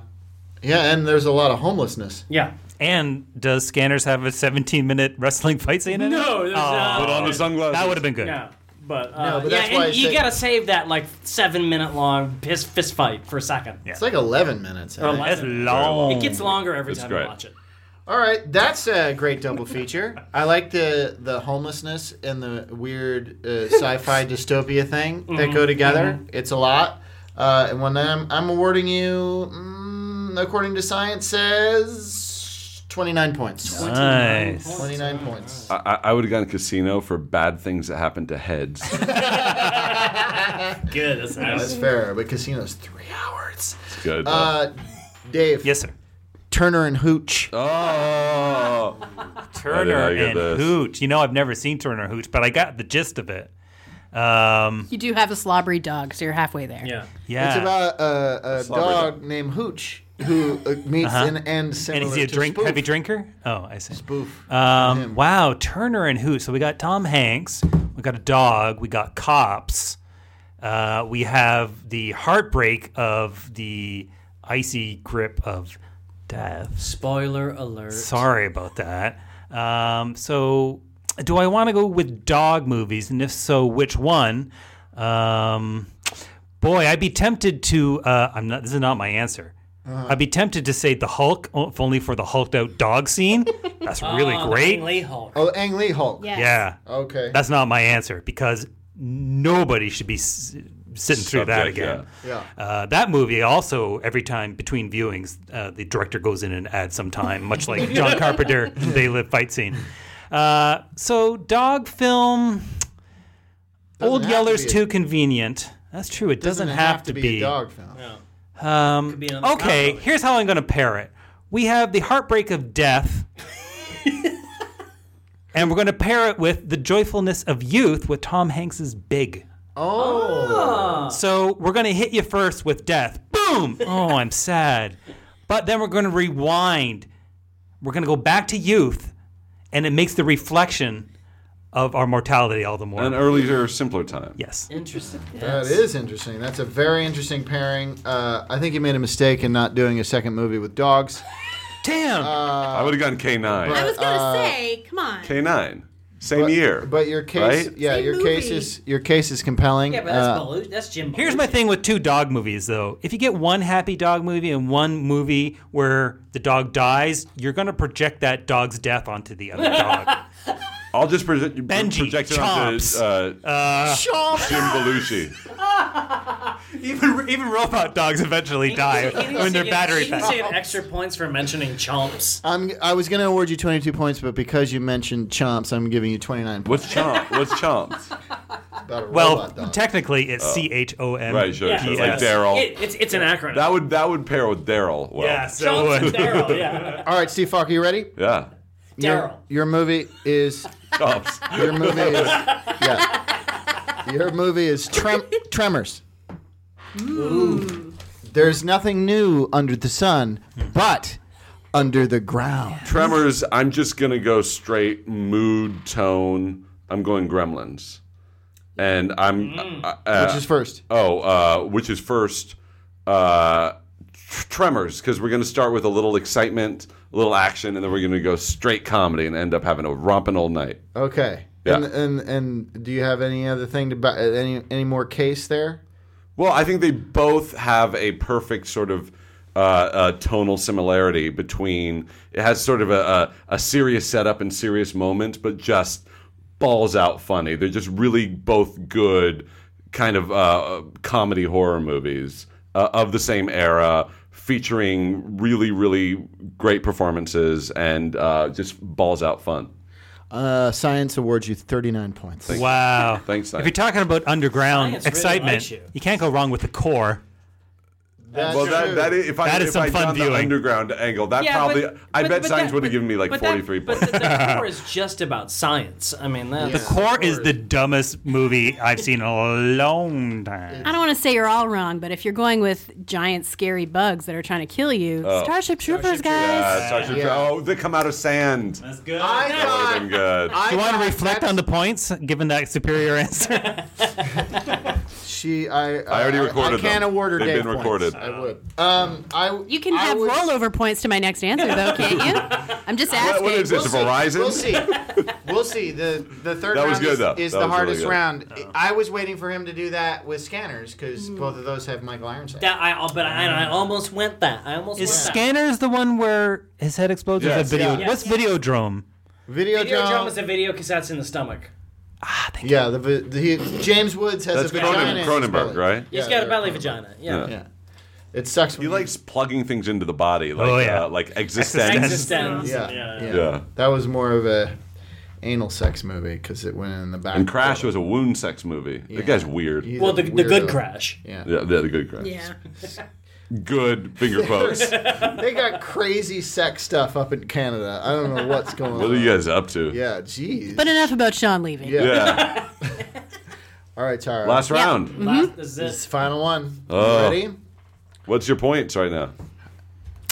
A: Yeah, and there's a lot of homelessness.
E: Yeah.
B: And does Scanners have a 17 minute wrestling fight scene in it?
E: No, there's
B: Oh,
E: not.
C: Put on the sunglasses.
B: That would have been good.
E: Yeah. But, uh,
A: No, but
E: yeah,
A: that's why I
E: and you
A: say-
E: gotta save that like seven minute long piss fist fight for a second.
A: It's like 11
D: Oh,
A: minutes. I
E: Or
A: think.
E: less.
B: That's long.
E: It gets longer every
C: It's
E: time
C: great.
E: you watch it.
A: All right, that's a great double feature. I like the the homelessness and the weird uh, sci-fi dystopia thing that go together. It's a lot. Uh, and when I'm, I'm awarding you, mm, according to science, says 29 points.
B: Nice.
A: 29 points.
C: I, I- I would have gone casino for bad things that happen to heads.
E: Good. That's nice.
A: That's fair, but casino's three hours.
C: It's good.
A: Uh, Dave,
B: Yes, sir.
A: Turner and Hooch.
C: oh,
B: Turner
C: get
B: and
C: this.
B: Hooch. You know, I've never seen Turner Hooch, but I got the gist of it. Um,
D: You do have a slobbery dog, so you're halfway there.
E: Yeah.
B: yeah.
A: It's about uh, a
C: Slobber
A: dog
C: dog.
A: named Hooch who uh, meets an end
B: Uh-huh. and
A: similar
B: is he a
A: to
B: drink
A: Spoof.
B: heavy drinker? Oh, I see.
A: Spoof.
B: Um, wow, Turner and Hooch. So we got Tom Hanks, we got a dog, we got cops, uh, we have the heartbreak of the icy grip of death.
E: Spoiler alert.
B: Sorry about that. Um, so, do I want to go with dog movies? And if so, which one? Um, boy, I'd be tempted to. Uh, I'm not. This is not my answer.
A: Uh-huh.
B: I'd be tempted to say the Hulk, o- if only for the hulked out dog scene. That's really
E: Oh, the
B: great.
E: Ang Lee Hulk.
A: Oh, Ang Lee Hulk.
B: Yeah.
A: Okay.
B: That's not my answer because nobody should be s- sitting through that
C: Subject,
B: again.
A: yeah.
B: Uh, that movie also, every time between viewings, uh, the director goes in and adds some time, much like John Carpenter, in They Live fight scene. Uh, so, dog film, Old
A: have to
B: Yeller's
A: be a-
B: too convenient. That's true. It doesn't, have, to, be.
A: a dog film.
B: Um,
E: be another
B: okay,
E: comedy.
B: here's how I'm going to pair it. We have the heartbreak of death, and we're going to pair it with the joyfulness of youth with Tom Hanks's Big.
A: Oh.
B: So we're going to hit you first with death. Boom! Oh, I'm sad. But then we're going to rewind. We're going to go back to youth, and it makes the reflection of our mortality all the more.
C: An earlier, simpler time.
B: yes.
E: Interesting.
A: That is interesting. That's a very interesting pairing. Uh, I think you made a mistake in not doing a second movie with dogs.
B: Damn.
C: I would have gone K9.
A: but-
D: I was gonna say, come on.
C: K9. Same year.
A: But your case,
C: Right?
A: yeah,
D: Same
A: your case
D: movie.
A: is your case is compelling.
E: Yeah, but that's
A: Uh,
E: Belushi. That's Jim. Belushi.
B: Here's my thing with two dog movies, though. If you get one happy dog movie and one movie where the dog dies, you're going to project that dog's death onto the other dog.
C: I'll just project,
B: Benji,
C: project it onto
B: Chomps.
C: uh, Jim Belushi.
B: even even robot dogs eventually die when they're battery
E: You can save
B: fat.
E: extra points for mentioning chomps.
A: I'm, I was going to award you 22 points, but because you mentioned chomps, I'm giving you 29 points.
C: What's Chomp? What's Chomp?
A: About a
B: Well,
A: robot dog.
B: technically it's C H O M.
C: Right, sure, sure.
B: Yes.
C: Like Daryl.
E: It, it's it's an acronym.
C: that would that would pair with Daryl. Well.
B: Yeah, so
E: Chomps and
B: uh,
E: Daryl. Yeah.
A: All right, Steve Falk, are you ready?
C: Yeah.
E: Daryl.
A: Your movie is
C: Chomps.
A: your movie is yeah. Your movie is trem- Tremors. There's nothing new under the sun, but under the ground.
C: Tremors. I'm just gonna go straight mood tone. I'm going Gremlins, and I'm uh, uh,
A: Which is first?
C: Oh, uh, which is first uh, tr- Tremors, because we're going to start with a little excitement, a little action, and then we're going to go straight comedy and end up having a romping old night.
A: Okay.
C: Yeah.
A: And, and and do you have any other thing to buy, any any more case there?
C: Well, I think they both have a perfect sort of uh, uh, tonal similarity between it has sort of a, a, a serious setup and serious moment, but just balls out funny. They're just really both good kind of uh, comedy horror movies uh, of the same era, featuring really really great performances and uh, just balls out fun.
A: Uh, science awards you 39 points.
B: wow.
C: Thanks,
B: If
C: Simon.
B: you're talking about underground
E: Science really
B: excitement,
E: likes you.
B: you can't go wrong with the core.
A: That's
C: well, that,
A: true.
C: that is, if I
B: That is
C: if
B: some
C: I
B: fun
C: done the
B: viewing.
C: underground angle, that probably I bet Science would have given me like forty three points.
E: But the core is just about science. I mean, that's
B: The core is the dumbest movie I've seen in a long time.
D: I don't want to say you're all wrong, but if you're going with giant scary bugs that are trying to kill you, Starship Troopers, guys.
C: Yeah, Starship
A: Yeah.
C: Troopers. Oh, they come out of sand. That
B: That's good.
A: I
C: would have
A: thought,
C: been good.
A: I
B: you want to
A: thought
B: reflect
A: that's-
B: on the points given that superior answer?
A: She, I,
C: I already recorded
A: I can't
C: them.
A: award her
C: They've
A: Dave points.
C: been recorded.
A: I would. Um, I.
D: You can
A: I
D: have
A: was-
D: rollover points to my next answer, though, can't you? I'm just
C: What-
D: asking.
C: what is
A: We'll
C: this,
A: see.
C: Verizon?
A: We'll see. We'll see. The the third
C: That was
A: round
C: good,
A: is,
C: though.
A: is
C: That
A: the
C: was really
A: hardest
C: good.
A: round.
E: Oh.
A: I was waiting for him to do that with scanners because
E: Hmm.
A: both of those have Michael Ironside.
E: That I, oh, but I, I almost went that. I almost
B: Is
E: went
B: Scanners the one where his head explodes? Or is
C: Yes.
B: that video?
A: Yeah.
B: What's Videodrome?
A: video
E: that. Video drum
A: Videodrome.
E: is a video cassettes in the stomach.
A: yeah, the, vi- the he, James Woods has
C: That's
A: a vagina.
C: Cronen-
A: in his
C: Cronenberg,
A: belly.
C: right?
E: He's got a belly vagina. Yeah.
A: Yeah. It sucks. When
C: He
A: you-
C: likes plugging things into the body, like
B: Oh, yeah.
C: uh, like existence.
E: Existence.
A: Yeah.
E: yeah.
A: yeah.
C: Yeah.
A: That was more of a anal sex movie because it went in the back.
C: And Crash was a wound sex movie. That guy's weird.
A: He's
C: Yeah,
E: Well,
A: a
E: the, the good
A: weirdo.
E: crash.
A: Yeah.
C: yeah, the good Crash.
D: Yeah.
C: Good finger quotes.
A: They got crazy sex stuff up in Canada. I don't know what's going
C: what
A: on.
C: are you guys up to?
A: Yeah, jeez.
D: But enough about Sean leaving.
A: Yeah.
C: Yeah.
A: All right, Tara.
C: Last round.
B: Mm-hmm.
E: Last, this is it.
A: This is the final one. You
C: Oh.
A: Ready?
C: What's your points right now?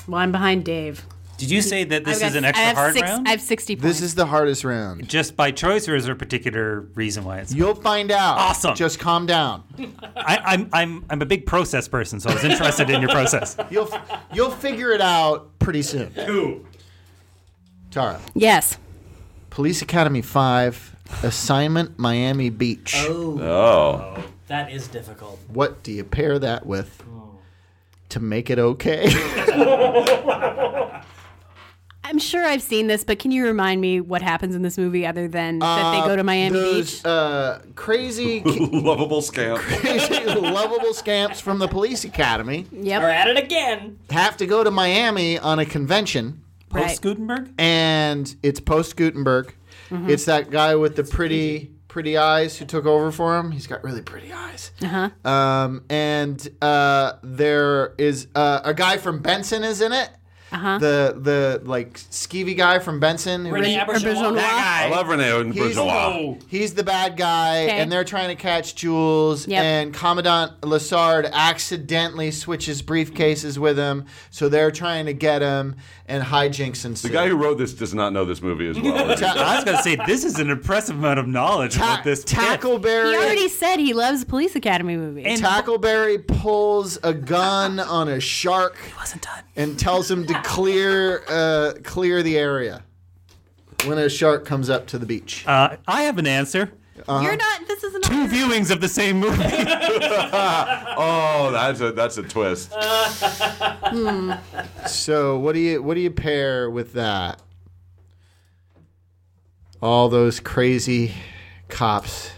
D: Well, I'm behind Dave.
B: Did you say that this
D: I've got-
B: is an extra
D: I have
B: hard
D: six,
B: round?
D: I have 60 points.
A: This is the hardest round.
B: Just by choice, or is there a particular reason why it's?
A: You'll find out.
B: Awesome.
A: Just calm down.
B: I, I'm I'm I'm a big process person, so I was interested in your process.
A: You'll you'll figure it out pretty soon. Tara.
D: yes.
A: Police Academy 5 assignment Miami Beach.
E: Oh,
C: Oh,
E: that is difficult.
A: What do you pair that with? to make it okay.
D: I'm sure I've seen this, but can you remind me what happens in this movie other than that they
A: Uh,
D: go to Miami
A: those,
D: Beach?
A: Uh, crazy,
C: Lovable scamp.
A: crazy, lovable scamps from the police academy
D: Yep.
L: We're at it again.
A: have to go to Miami on a convention.
D: Right.
E: Post Gutenberg?
A: and it's post Gutenberg.
D: Mhm.
A: It's that guy with the pretty pretty eyes who took over for him. He's got really pretty eyes.
D: Uh-huh.
A: Um, and uh, there is uh, a guy from Benson is in it.
D: Uh-huh.
A: The the like skeevy guy from Benson. who-
L: Rene Auberjonois.
A: That
C: I
A: guy.
C: love Rene
A: He's,
C: Bourgeois.
A: he's the bad guy,
D: Okay.
A: and they're trying to catch Jules.
D: Yep.
A: And Commandant Lassard accidentally switches briefcases with him, so they're trying to get him. And hijinks
C: The
A: ensue.
C: guy who wrote this does not know this movie as well.
B: I was going to say, this is an impressive amount of knowledge about this.
D: He
A: Tackleberry
D: already said he loves police academy movies.
A: Tackleberry pulls a gun on a shark
D: Uh-uh. wasn't done.
A: and tells him to clear uh, clear the area when a shark comes up to the beach.
B: Uh, I have an answer.
D: You're not. This isn't.
B: Two viewings of the same movie.
C: oh, that's a that's a twist.
A: So what do you what do you pair with that? All those crazy cops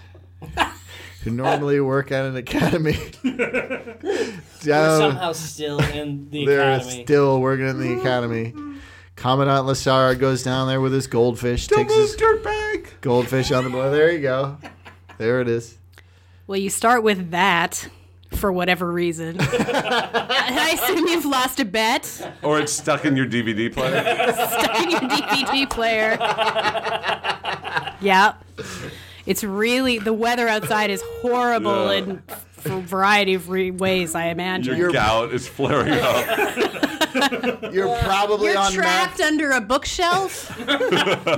A: who normally work at an academy.
E: We're
A: Down-
E: somehow still in the
A: They're
E: academy.
A: still working in the academy. Commandant Lassard goes down there with his goldfish, takes his
C: dirtbag.
A: goldfish on the board. There you go. There it is.
D: Well, you start with that for whatever reason. I assume you've lost a bet stuck
C: Or it's stuck in your DVD player.
D: in your DVD player. yep. It's really the weather outside is horrible
C: Yeah.
D: in f- a variety of re- ways. I imagine
C: Your gout is flaring up.
A: You're probably
D: You're
A: on
D: trapped under a bookshelf.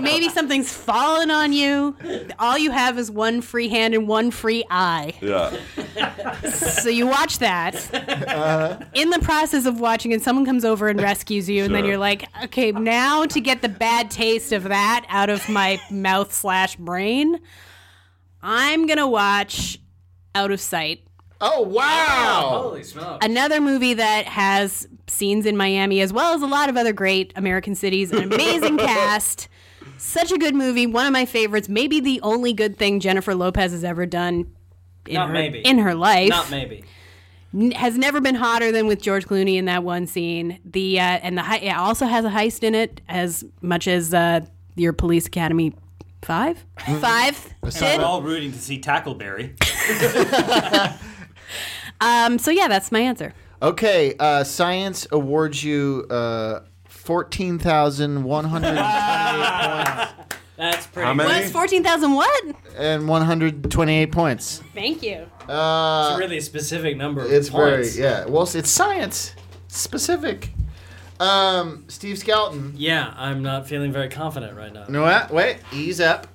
D: Maybe something's fallen on you. All you have is one free hand and one free eye.
C: Yeah.
D: So you watch that. In the process of watching, and someone comes over and rescues you, and then
C: Sure.
D: you're like, okay, now to get the bad taste of that out of my mouth slash brain, I'm gonna watch Out of Sight.
A: Oh wow!
E: Holy smokes.
D: Another movie that has scenes in Miami as well as a lot of other great American cities, an amazing cast. Such a good movie, one of my favorites, maybe the only good thing Jennifer Lopez has ever done in,
E: Not
D: her,
E: maybe.
D: in her life
E: Not maybe.
D: n- has never been hotter than with George Clooney in that one scene. The uh, and the hei- it also has a heist in it as much as uh, your Police Academy five
A: Mm-hmm.
D: five did.
M: We're all rooting to see Tackleberry.
D: Um, so yeah, that's my answer.
A: Okay, uh, science awards you uh, fourteen thousand one hundred
E: That's pretty.
C: How many?
D: What's fourteen thousand? What?
A: and one hundred twenty-eight points.
D: Thank you.
E: It's a really specific number. Of
A: Uh, It's
E: points.
A: very yeah. Well, it's science specific. Um, Steve Skelton.
E: Yeah, I'm not feeling very confident right now.
A: You know what? Wait, ease up.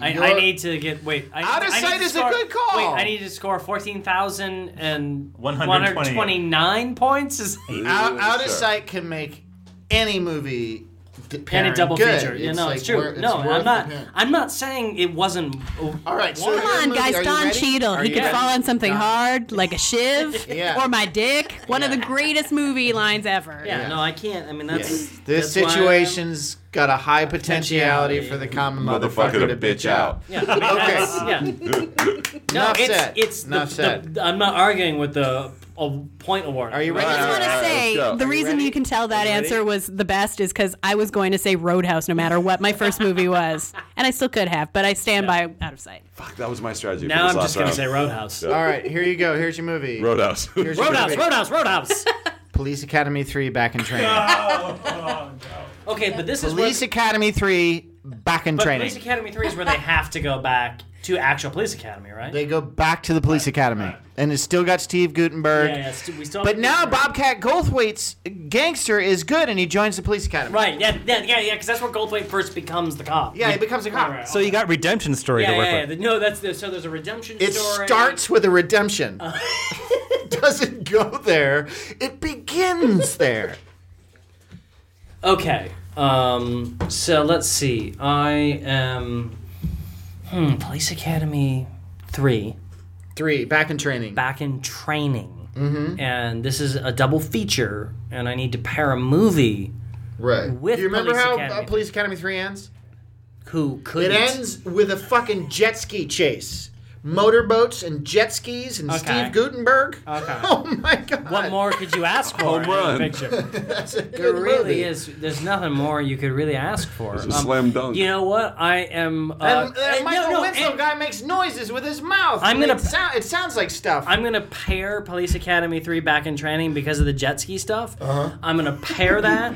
E: I, I
A: You're-
E: need to get wait. I,
A: Out of
E: I need
A: sight
E: to
A: is a
E: score-
A: good call.
E: Wait, I need to score fourteen thousand and
B: 128.
E: 129 points. Is,
A: Out, out of
C: Sure.
A: sight can make any movie d-
E: and
A: pairing
E: a double
A: good.
E: feature. Yeah,
A: It's
E: no,
A: like
E: it's true.
A: wor- it's
E: no,
A: worth
E: I'm
A: the
E: not.
A: pair.
E: I'm not saying it wasn't.
A: All right, so
D: Come
A: your
D: on,
A: movie- are
D: guys.
A: you
D: Don
A: ready?
D: Cheadle.
A: Are
D: he
A: you
D: could
A: ready?
D: fall on something hard like a shiv
A: Yeah.
D: or my dick. One of the greatest movie lines ever.
E: Yeah, no, I can't. I mean, that's
A: This
E: that's why I'm-
A: situation's got a high potentiality
E: Potentiality.
A: for the common
C: Motherfucker
A: motherfucker
C: to bitch out.
E: Yeah, I mean, that's- yeah. No,
A: Enough
E: it's
A: said.
E: it's the,
A: Enough said.
E: the- I'm not arguing with the uh, point award.
A: Are you ready?
D: I just want to say
C: go.
D: the
C: Are you
D: reason you can tell that
E: you ready?
D: answer was the best is because I was going to say Roadhouse no matter what my first movie was, and I still could have, but I stand by Out of Sight.
C: Fuck, that was my strategy.
E: Now
C: for
E: I'm
C: this
E: just gonna
C: last
E: say
C: round.
E: Roadhouse.
A: All right, here you go. Here's your movie.
C: Roadhouse.
A: Here's your
E: Roadhouse,
A: movie.
E: Roadhouse, Roadhouse.
A: Police Academy 3 back in training.
E: okay, but this is where-
A: Police Academy 3 back in
E: but
A: training.
E: Police Academy Three is where they have to go back to actual Police Academy, right?
A: they go back to the Police Academy. And it's still got Steve Gutenberg.
E: yeah, yeah, st- we still.
A: But now Bobcat Goldthwait's gangster is good and he joins the Police Academy.
E: Right? Yeah, yeah, yeah, yeah. Because that's where Goldthwait first becomes the cop.
A: Yeah, he becomes a cop.
E: Right, right.
B: so you got redemption story
E: yeah,
B: to
E: yeah,
B: work
E: yeah,
B: with.
E: The- No, that's the, so. There's a redemption
A: It
E: story. Uh.
A: starts with a redemption. Doesn't go there. It begins there.
E: Okay. Um. So let's see. I am. Hmm. Police Academy Three.
A: Three, back in training.
E: Back in training.
A: Mhm.
E: and this is a double feature, and I need to pair a movie.
A: Right.
E: With
A: Do you remember
E: Police
A: how
E: Academy.
A: Uh, Police Academy 3 ends?
E: Who couldn't?
A: It ends with a fucking jet ski chase. Motorboats and jet skis and
E: Okay.
A: Steve Gutenberg.
E: Okay.
A: Oh my god.
E: What more could you ask for?
A: Home
E: in a
A: run.
E: Picture?
A: That's a
E: There
A: good
E: really
A: movie.
E: is. There's nothing more you could really ask for. Um,
C: It's a slam dunk.
E: You know what? I am. Uh,
A: And,
E: uh,
A: that
E: no,
A: Michael
E: no,
A: Winslow guy makes noises with his mouth.
E: I'm
A: I mean,
E: gonna-
A: It, sound, it sounds like stuff.
E: I'm gonna pair Police Academy three back in training because of the jet ski stuff. Uh-huh. I'm gonna pair that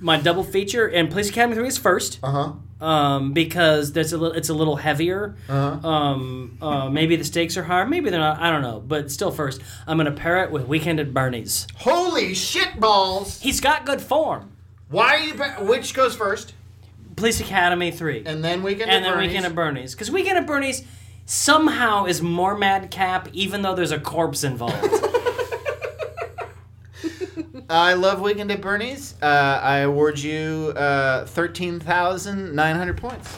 E: my double feature and Police Academy three is first. Uh huh. Um, because that's a little, it's a little heavier. Uh-huh. Um, uh, maybe the stakes are higher. Maybe they're not. I don't know. But still, first, I'm gonna pair it with Weekend at Bernie's.
A: Holy shit balls!
E: He's got good form.
A: Why? Are you, ba- which goes first?
E: Police Academy three,
A: and then Weekend
E: and
A: at
E: then
A: Bernie's.
E: Weekend at Bernie's. Because Weekend at Bernie's somehow is more madcap, even though there's a corpse involved.
A: I love Weekend at Bernie's. Uh, I award you uh, thirteen thousand nine hundred points.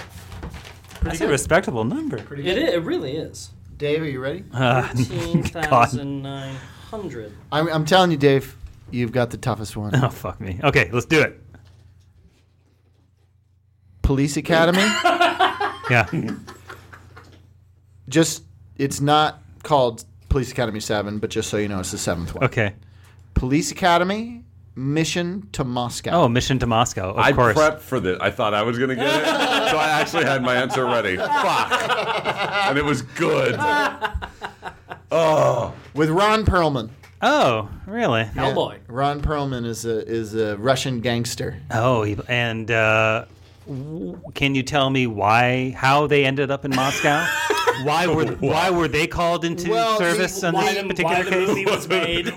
B: That's a respectable number.
E: it, i- it really is.
A: Dave, are you ready?
B: Uh, God.
E: 13,900.
A: I'm, I'm telling you, Dave, you've got the toughest one.
B: Oh fuck me. Okay, let's do it.
A: Police Academy.
B: Yeah.
A: just it's not called Police Academy Seven, but just so you know, it's the seventh one.
B: Okay.
A: Police Academy Mission to Moscow.
B: Oh, mission to Moscow. Of
C: I
B: course.
C: prepped for this. I thought I was going to get it. so I actually had my answer ready. Fuck. And it was good. Oh.
A: with Ron Perlman.
B: Oh, really?
A: Yeah. Ron Perlman is a is a Russian gangster.
B: Oh, he- and uh, w- can you tell me why, how they ended up in Moscow? why were why were they called into
A: Well,
B: service
A: the-
B: on
A: why
B: this
A: the-
B: particular
A: why the
B: case?
A: movie was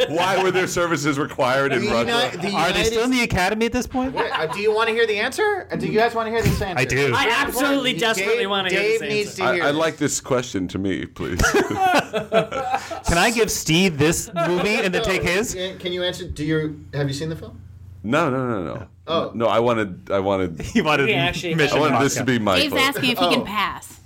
C: Why were their services required in
A: The
C: Russia?
A: Uni- the
B: Are they
A: United-
B: still in the academy at this point?
A: Wait, uh, do you want to hear the answer? Or do you guys want to hear this answer?
B: I do.
E: I absolutely
A: Dave-
E: desperately want to hear
A: Dave
E: this
A: needs
E: answer.
A: to hear.
C: I, I'd
A: it.
C: like this question to me, please.
B: Can I give Steve this movie and then take his?
A: Can can you answer? Do you have you seen the film?
C: No, no, no, no.
A: Oh.
C: No, I wanted, I wanted,
B: He wanted
E: We actually-
C: I
B: mission to
C: wanted this
B: Moscow.
C: to be my
D: Dave's
C: vote.
D: asking if he can pass.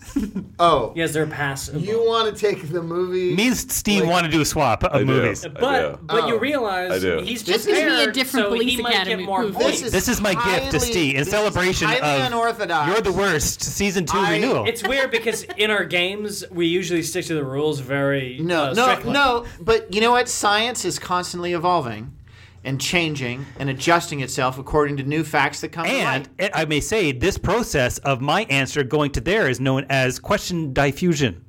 A: Oh,
E: Yes, they're passive.
A: you want to take the movie?
B: Me and Steve want to do a swap of
C: do.
B: movies.
C: I
E: but
C: do.
E: but
A: Oh.
E: you
C: I
E: realize
C: do.
E: he's
A: This is
E: just
A: gonna
D: be a
E: paired,
D: different
E: so
D: Police
E: he might
D: Academy
E: get more
D: movie.
E: points.
A: This is
B: This is my gift
A: highly-
B: to Steve in
A: this is
B: celebration
A: highly
B: of
A: unorthodox.
B: You're the worst season two
A: I-
B: renewal.
E: it's weird because in our games we usually stick to the rules very
A: No,
E: uh,
A: no,
E: strictly.
A: no. But you know what? Science is constantly evolving and changing and adjusting itself according to new facts that come to
B: And
A: light.
B: it, I may say this process of my answer going to there is known as question diffusion.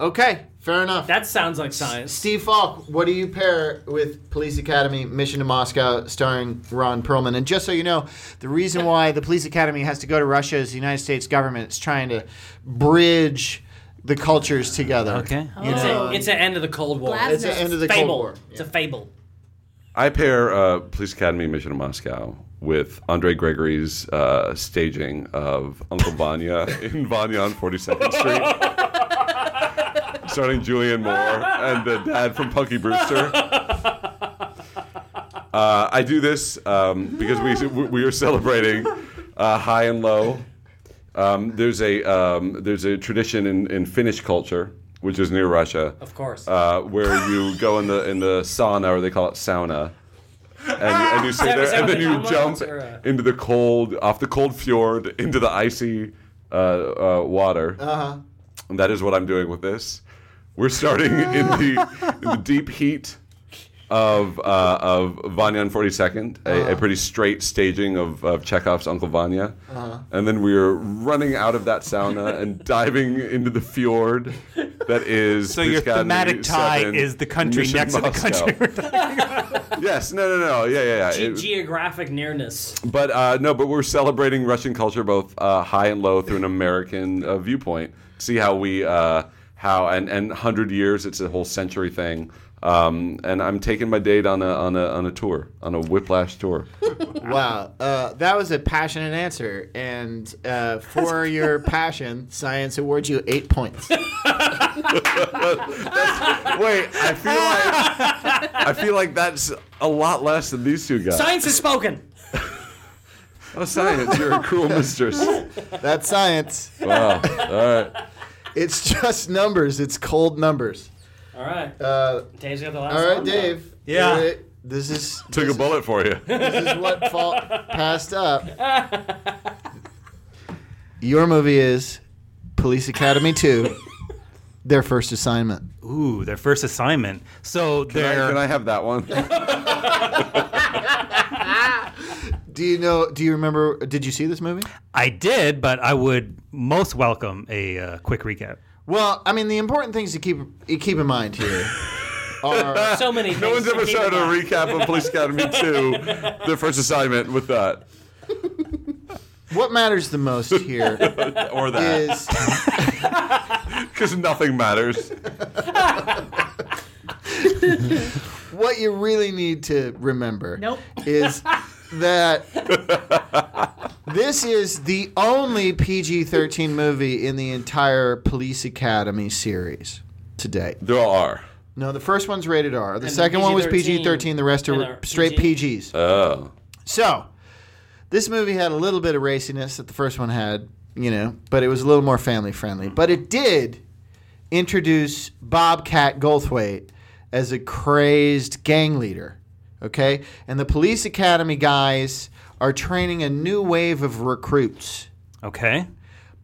A: Okay, fair enough.
E: That sounds like science.
A: Steve Falk, what do you pair with Police Academy Mission to Moscow starring Ron Perlman? And just so you know, the reason why the Police Academy has to go to Russia is the United States government is trying to bridge the cultures together.
B: Okay.
A: You
E: It's,
A: know,
E: a, it's an end of the Cold War.
D: Glasnost.
A: it's the end of the
E: fable.
A: Cold War.
E: It's a fable.
C: I pair uh, Police Academy Mission to Moscow with Andre Gregory's uh, staging of Uncle Vanya in Vanya on 42nd Street. Starting Julian Moore and the dad from Punky Brewster. Uh, I do this um, because we, we are celebrating uh, high and low. Um, there's, a, um, there's a tradition in, in Finnish culture, which is near Russia,
E: Of course.
C: uh, where you go in the in the sauna, or they call it sauna, and, and you sit
E: that-
C: there,
E: is that
C: and
E: what
C: then
E: they
C: you
E: call
C: jump
E: it, or, uh,
C: into the cold, off the cold fjord, into the icy uh, uh, water. Uh-huh. And that is what I'm doing with this. We're starting in the, in the deep heat of uh, of Vanya on 42nd, a, a pretty straight staging of, of Chekhov's Uncle Vanya, and then we're running out of that sauna and diving into the fjord that is.
B: So your
C: Piscataway
B: thematic tie
C: 7,
B: is the country
C: Mission
B: next to the
C: Moscow.
B: country.
C: yes, no, no, no, yeah, yeah, yeah.
E: Ge-
C: It-
E: geographic nearness.
C: but uh, no, but we're celebrating Russian culture both uh, high and low through an American uh, viewpoint. See how we uh, how and and hundred years, it's a whole century thing. Um, and I'm taking my date on a on a on a tour on a whiplash tour.
A: Wow, uh, that was a passionate answer, and uh, for your passion, science awards you eight points.
C: Wait, I feel like I feel like that's a lot less than these two guys.
E: Science has spoken.
C: Oh, science! You're a cruel mistress.
A: That's science.
C: Wow. All right.
A: It's just numbers. It's cold numbers.
E: All right.
A: Uh,
E: Dave's got the last
A: All right,
E: one, though.
A: Dave.
E: Yeah.
A: You're it. This is
C: Took a bullet for you.
A: this is what fault passed up. Your movie is Police Academy 2, their first assignment.
B: Ooh, their first assignment. So
C: Can I,
B: they're.
C: can I have that one?
A: Do you know? Do you remember? Did you see this movie?
B: I did, but I would most welcome a uh, quick recap.
A: Well, I mean, the important things to keep you keep in mind here are
E: So many
C: no
E: things
C: one's
E: to
C: ever
E: keep
C: started
E: in
C: a
E: mind.
C: recap of Police Academy 2, their first assignment with that.
A: what matters the most here
C: Or that.
A: is
C: Because nothing matters.
A: what you really need to remember.
N: Nope.
A: Is that this is the only PG 13 movie in the entire Police Academy series to date.
C: There are.
A: No, the first one's rated R. The
E: And
A: second one was
E: PG-13,
A: PG 13. The rest
E: and
A: are
E: they're
A: straight
E: PG.
A: PGs.
C: Oh.
A: So, this movie had a little bit of raciness that the first one had, you know, but it was a little more family friendly. But it did introduce Bobcat Goldthwait as a crazed gang leader, okay? And the police academy guys are training a new wave of recruits.
B: Okay.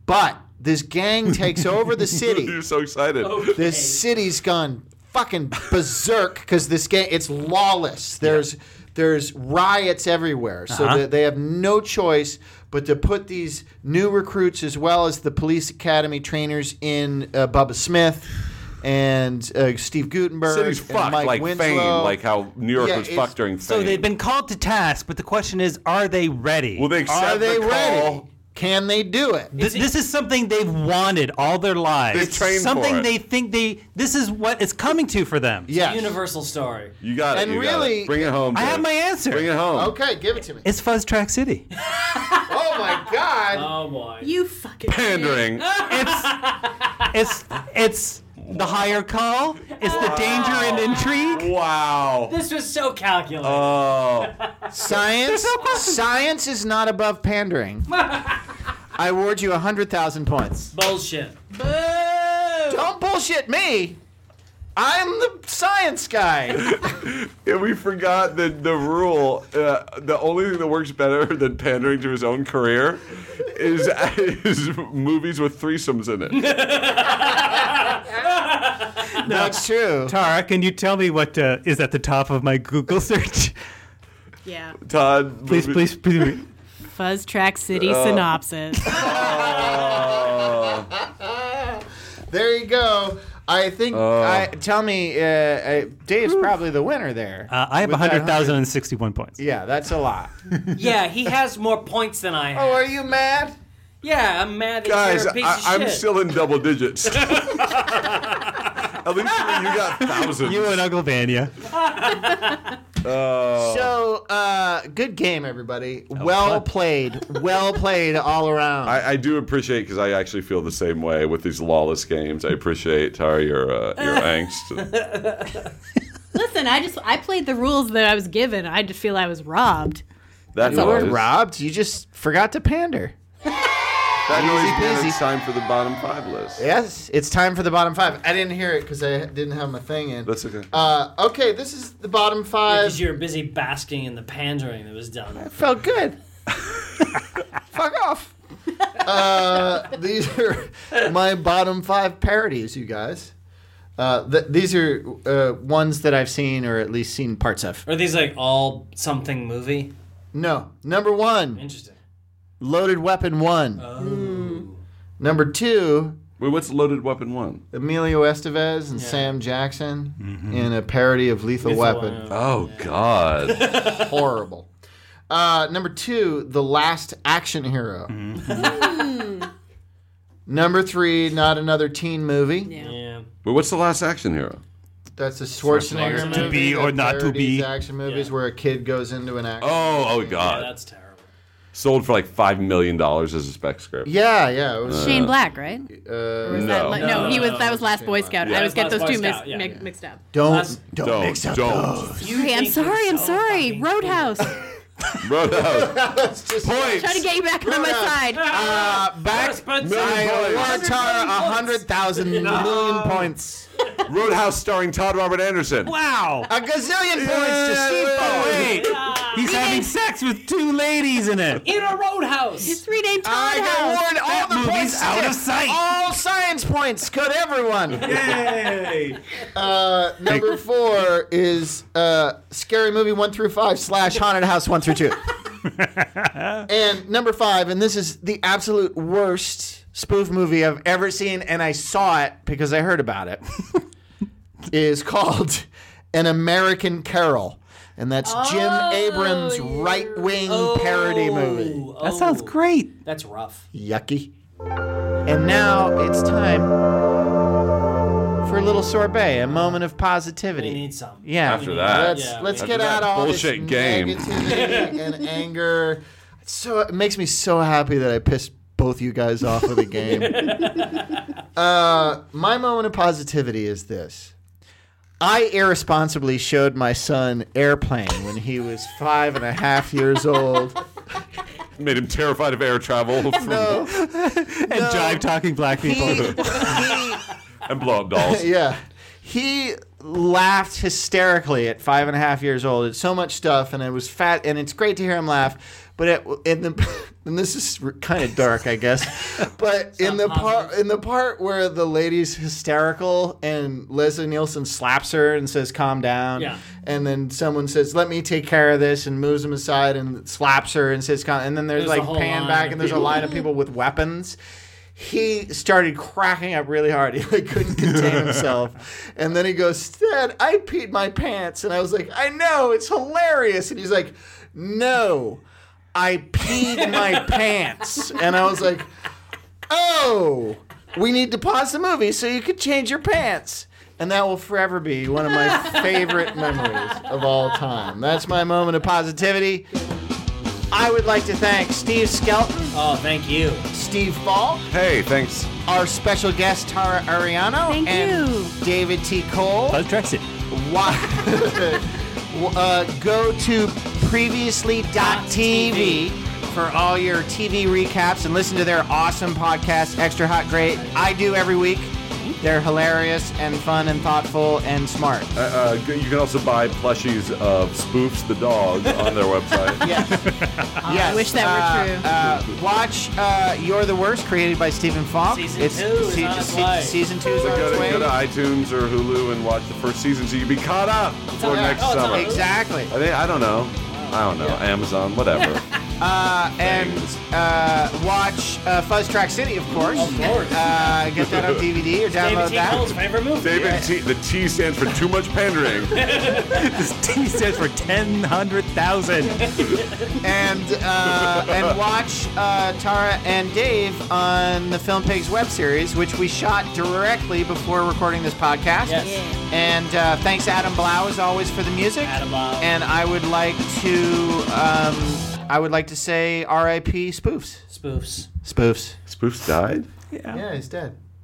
A: But this gang takes over the city
C: You're so excited.
A: this city's gone fucking berserk because this game it's lawless there's there's riots everywhere so
C: Uh-huh.
A: that they have no choice but to put these new recruits as well as the police academy trainers in uh, Bubba Smith and uh, Steve Gutenberg
C: City's
A: and
C: fucked
A: Mike
C: like
A: Winslow.
C: fame, like how New York
A: Yeah,
C: was
A: it's-
C: fucked during fame.
B: So they've been called to task, but the question is, are they ready?
C: Will they accept
A: are they
C: the call?
A: ready can they do it
B: Th- this is something they've wanted all their lives.
C: They've trained for
B: something
C: it.
B: they think they. This is what it's coming to for them.
A: yes
E: Universal story.
C: You got it.
A: And
C: you got it.
A: really-
C: bring it home.
B: I have
C: dude.
B: my answer.
C: Bring it home.
A: okay give it to me
B: It's Fuzz Track City.
A: oh my god
E: Oh boy.
D: You fucking.
C: Pandering.
B: It's it's it's the higher call. It's the danger and intrigue.
C: wow.
E: This was so calculated.
C: Oh.
A: science science is not above pandering I award you 100,000 points
E: Bullshit.
A: Don't bullshit me. I'm the science guy.
C: Yeah, we forgot the the rule. Uh, the only thing that works better than pandering to his own career is is movies with threesomes in it.
A: That's true.
B: Tara, can you tell me what uh, is at the top of my Google search?
D: Yeah.
C: Todd,
B: please,
C: movie-
B: please, please.
D: Fuzz Track City synopsis.
A: There you go. I think. I, tell me, uh, uh, Dave's probably the winner there.
B: Uh, I have
A: With that
B: 100,061 points.
A: Yeah, that's a lot.
E: Yeah, he has more points than I
A: oh,
E: have.
A: are you mad?
E: Yeah, I'm mad that
C: guys,
E: you're a piece
C: I,
E: of
C: I'm
E: shit.
C: still in double digits. At least you got thousands.
B: You and Uncle Vanya.
A: So, uh, good game, everybody.
B: Oh,
A: well played. Well played all around.
C: I, I do appreciate because I actually feel the same way with these lawless games. I appreciate Tara your uh, your angst.
D: Listen, I just I played the rules that I was given. I just feel I was robbed.
C: That
A: you
C: noise.
A: weren't robbed. You just forgot to pander.
C: That noise.
A: Easy
C: means
A: peasy.
C: It's time for the bottom five list.
A: Yes, it's time for the bottom five. I didn't hear it because I didn't have my thing in.
C: That's okay.
A: Uh, okay, this is the bottom five.
E: Because you're busy basking in the pandering that was done.
A: felt good. Fuck off. Uh, these are my bottom five parodies, you guys. Uh, th- these are uh, ones that I've seen or at least seen parts of.
E: Are these like all something movie?
A: No. Number one,
E: Interesting.
A: Loaded Weapon 1. Oh. Number two,
C: Wait, what's loaded weapon one?
A: Emilio Estevez and Sam Jackson in a parody of Lethal, Weapon.
C: Oh God.
A: Horrible. Uh, number two, The Last Action Hero. number three, Not Another Teen Movie.
E: Yeah.
C: Wait, what's the last action hero?
A: That's a Schwarzenegger,
B: To
A: movie.
B: be
A: that
B: or not to
A: parodies
B: be.
A: action movies where a kid goes into an action.
C: Oh, oh
E: Yeah,
C: God!
E: that's terrible.
C: Sold for like five million dollars as a spec script.
A: Yeah, yeah. It
B: Uh,
A: was,
D: Shane Black, right? Or
A: uh,
D: was that
C: no.
D: like- no,
E: No,
D: he
E: no,
D: was
E: no,
D: that was Last Boy Scout. I always
E: Yeah,
D: get
E: Last
D: those
E: Boy
D: two mis-
E: Scout, yeah.
D: mi- mixed up.
A: don't
E: Last-
A: don't
C: Don't,
A: mix up
C: don't.
A: those.
E: You
D: Hey, I'm
E: think you're
D: sorry, I'm
E: so
D: sorry.
E: fucking
D: Roadhouse.
E: cool.
C: Roadhouse.
D: Trying to get you back on my side.
A: Uh, back by
C: Million points.
A: Waratah, a hundred thousand million points.
C: Roadhouse starring Todd Robert Anderson.
B: Wow.
A: A gazillion points to Steve Bowie.
B: Oh, Wait. He's having sex with two ladies in it.
O: In a roadhouse.
D: It's renamed Todd
A: I get
D: House.
A: awarded all
B: That
A: the
B: movie's
A: points
B: out
A: today.
B: of sight.
A: All science points. Could everyone?
P: Yay!
G: Uh, number four is uh, Scary Movie 1 through 5 slash Haunted House 1 through 2. and number five, and this is the absolute worst
A: Spoof movie I've ever seen, and I saw it because I heard about it.
G: is called An American Carol. And that's Jim
O: Oh,
G: Abrams' right wing parody movie.
B: That sounds great.
E: Oh, That's rough.
G: Yucky.
A: And now it's time for a little sorbet, a moment of
E: We
A: positivity.
E: need some.
A: Yeah.
C: After that.
G: Let's
E: Yeah,
G: let's
C: we-
G: get
C: After
G: out
C: that
G: all
C: bullshit
G: this
C: game.
G: negativity and anger. It's So it makes me so happy that I pissed both you guys off with a game. uh, my moment of positivity is this. I irresponsibly showed my son Airplane when he was five and a half years old.
C: Made him terrified of air travel from-
B: And jive talking black people.
G: He-
C: and blow up dolls.
G: yeah.
A: He laughed hysterically at five and a half years old. It's so much stuff, and it was fat, and it's great to hear him laugh. But it, in the and this is kind of dark, I guess.
G: But in the part
A: positive.
G: in the part where the lady's hysterical and Leslie Nielsen slaps her and says, "Calm down,"
E: Yeah.
G: and then someone says, "Let me take care of this," and moves him aside and slaps her and says, "Calm," and then there's,
E: There's a
G: like
E: whole
G: pan
E: line
G: back
E: of
G: and there's a
E: people.
G: line of people with weapons. He started cracking up really hard. He like couldn't contain himself, and then he goes, "Dad, I peed my pants," and I was like, "I know, it's hilarious," and he's like, "No." I peed my pants. And I was like, oh, we need to pause the movie so you could change your pants. And that will forever be one of my favorite memories of all time. That's my moment of positivity.
A: I would like to thank Steve Skelton,
E: Oh, thank you.
A: Steve Falk,
C: Hey, thanks.
A: our special guest Tara Ariano,
D: Thank
A: and
D: you.
A: David T. Cole.
B: Buzz Drexit.
A: Why- uh, go to previously.tv for all your TV recaps and listen to their awesome podcast, Extra Hot Great. I do every week. They're hilarious and fun and thoughtful and smart.
C: Uh, uh, g- you can also buy plushies of Spoofs the Dog on their website.
A: Yes. yes.
D: I wish that were true.
A: Uh, watch uh, You're the Worst, created by Stephen Falk.
E: Season two is on its way.
A: Season two is
C: So
A: on
C: go,
A: its
C: to,
A: way.
C: go to iTunes or Hulu and watch the first season so you can be caught up for
E: on-
C: next
E: oh, it's on
C: summer.
E: Hulu.
A: Exactly.
C: I, think, I don't know. I don't know. Amazon, whatever.
A: and uh, watch uh, Fuzz Track City, of course.
E: Of course.
A: Uh, get that on DVD or
E: David
A: download
E: T.
A: that.
E: Cole's favorite movie.
C: David T. The T stands for too much pandering.
B: This T stands for 10,000.
A: and uh, and watch uh, Tara and Dave on the Film Pigs web series, which we shot directly before recording this podcast.
E: Yes.
A: And uh, thanks to Adam Blau as always for the music.
E: Adam Blau.
A: And I would like to um, I would like to say R.I.P. Spoofs.
E: Spoofs.
A: Spoofs.
C: Spoofs died?
G: Yeah, he's dead.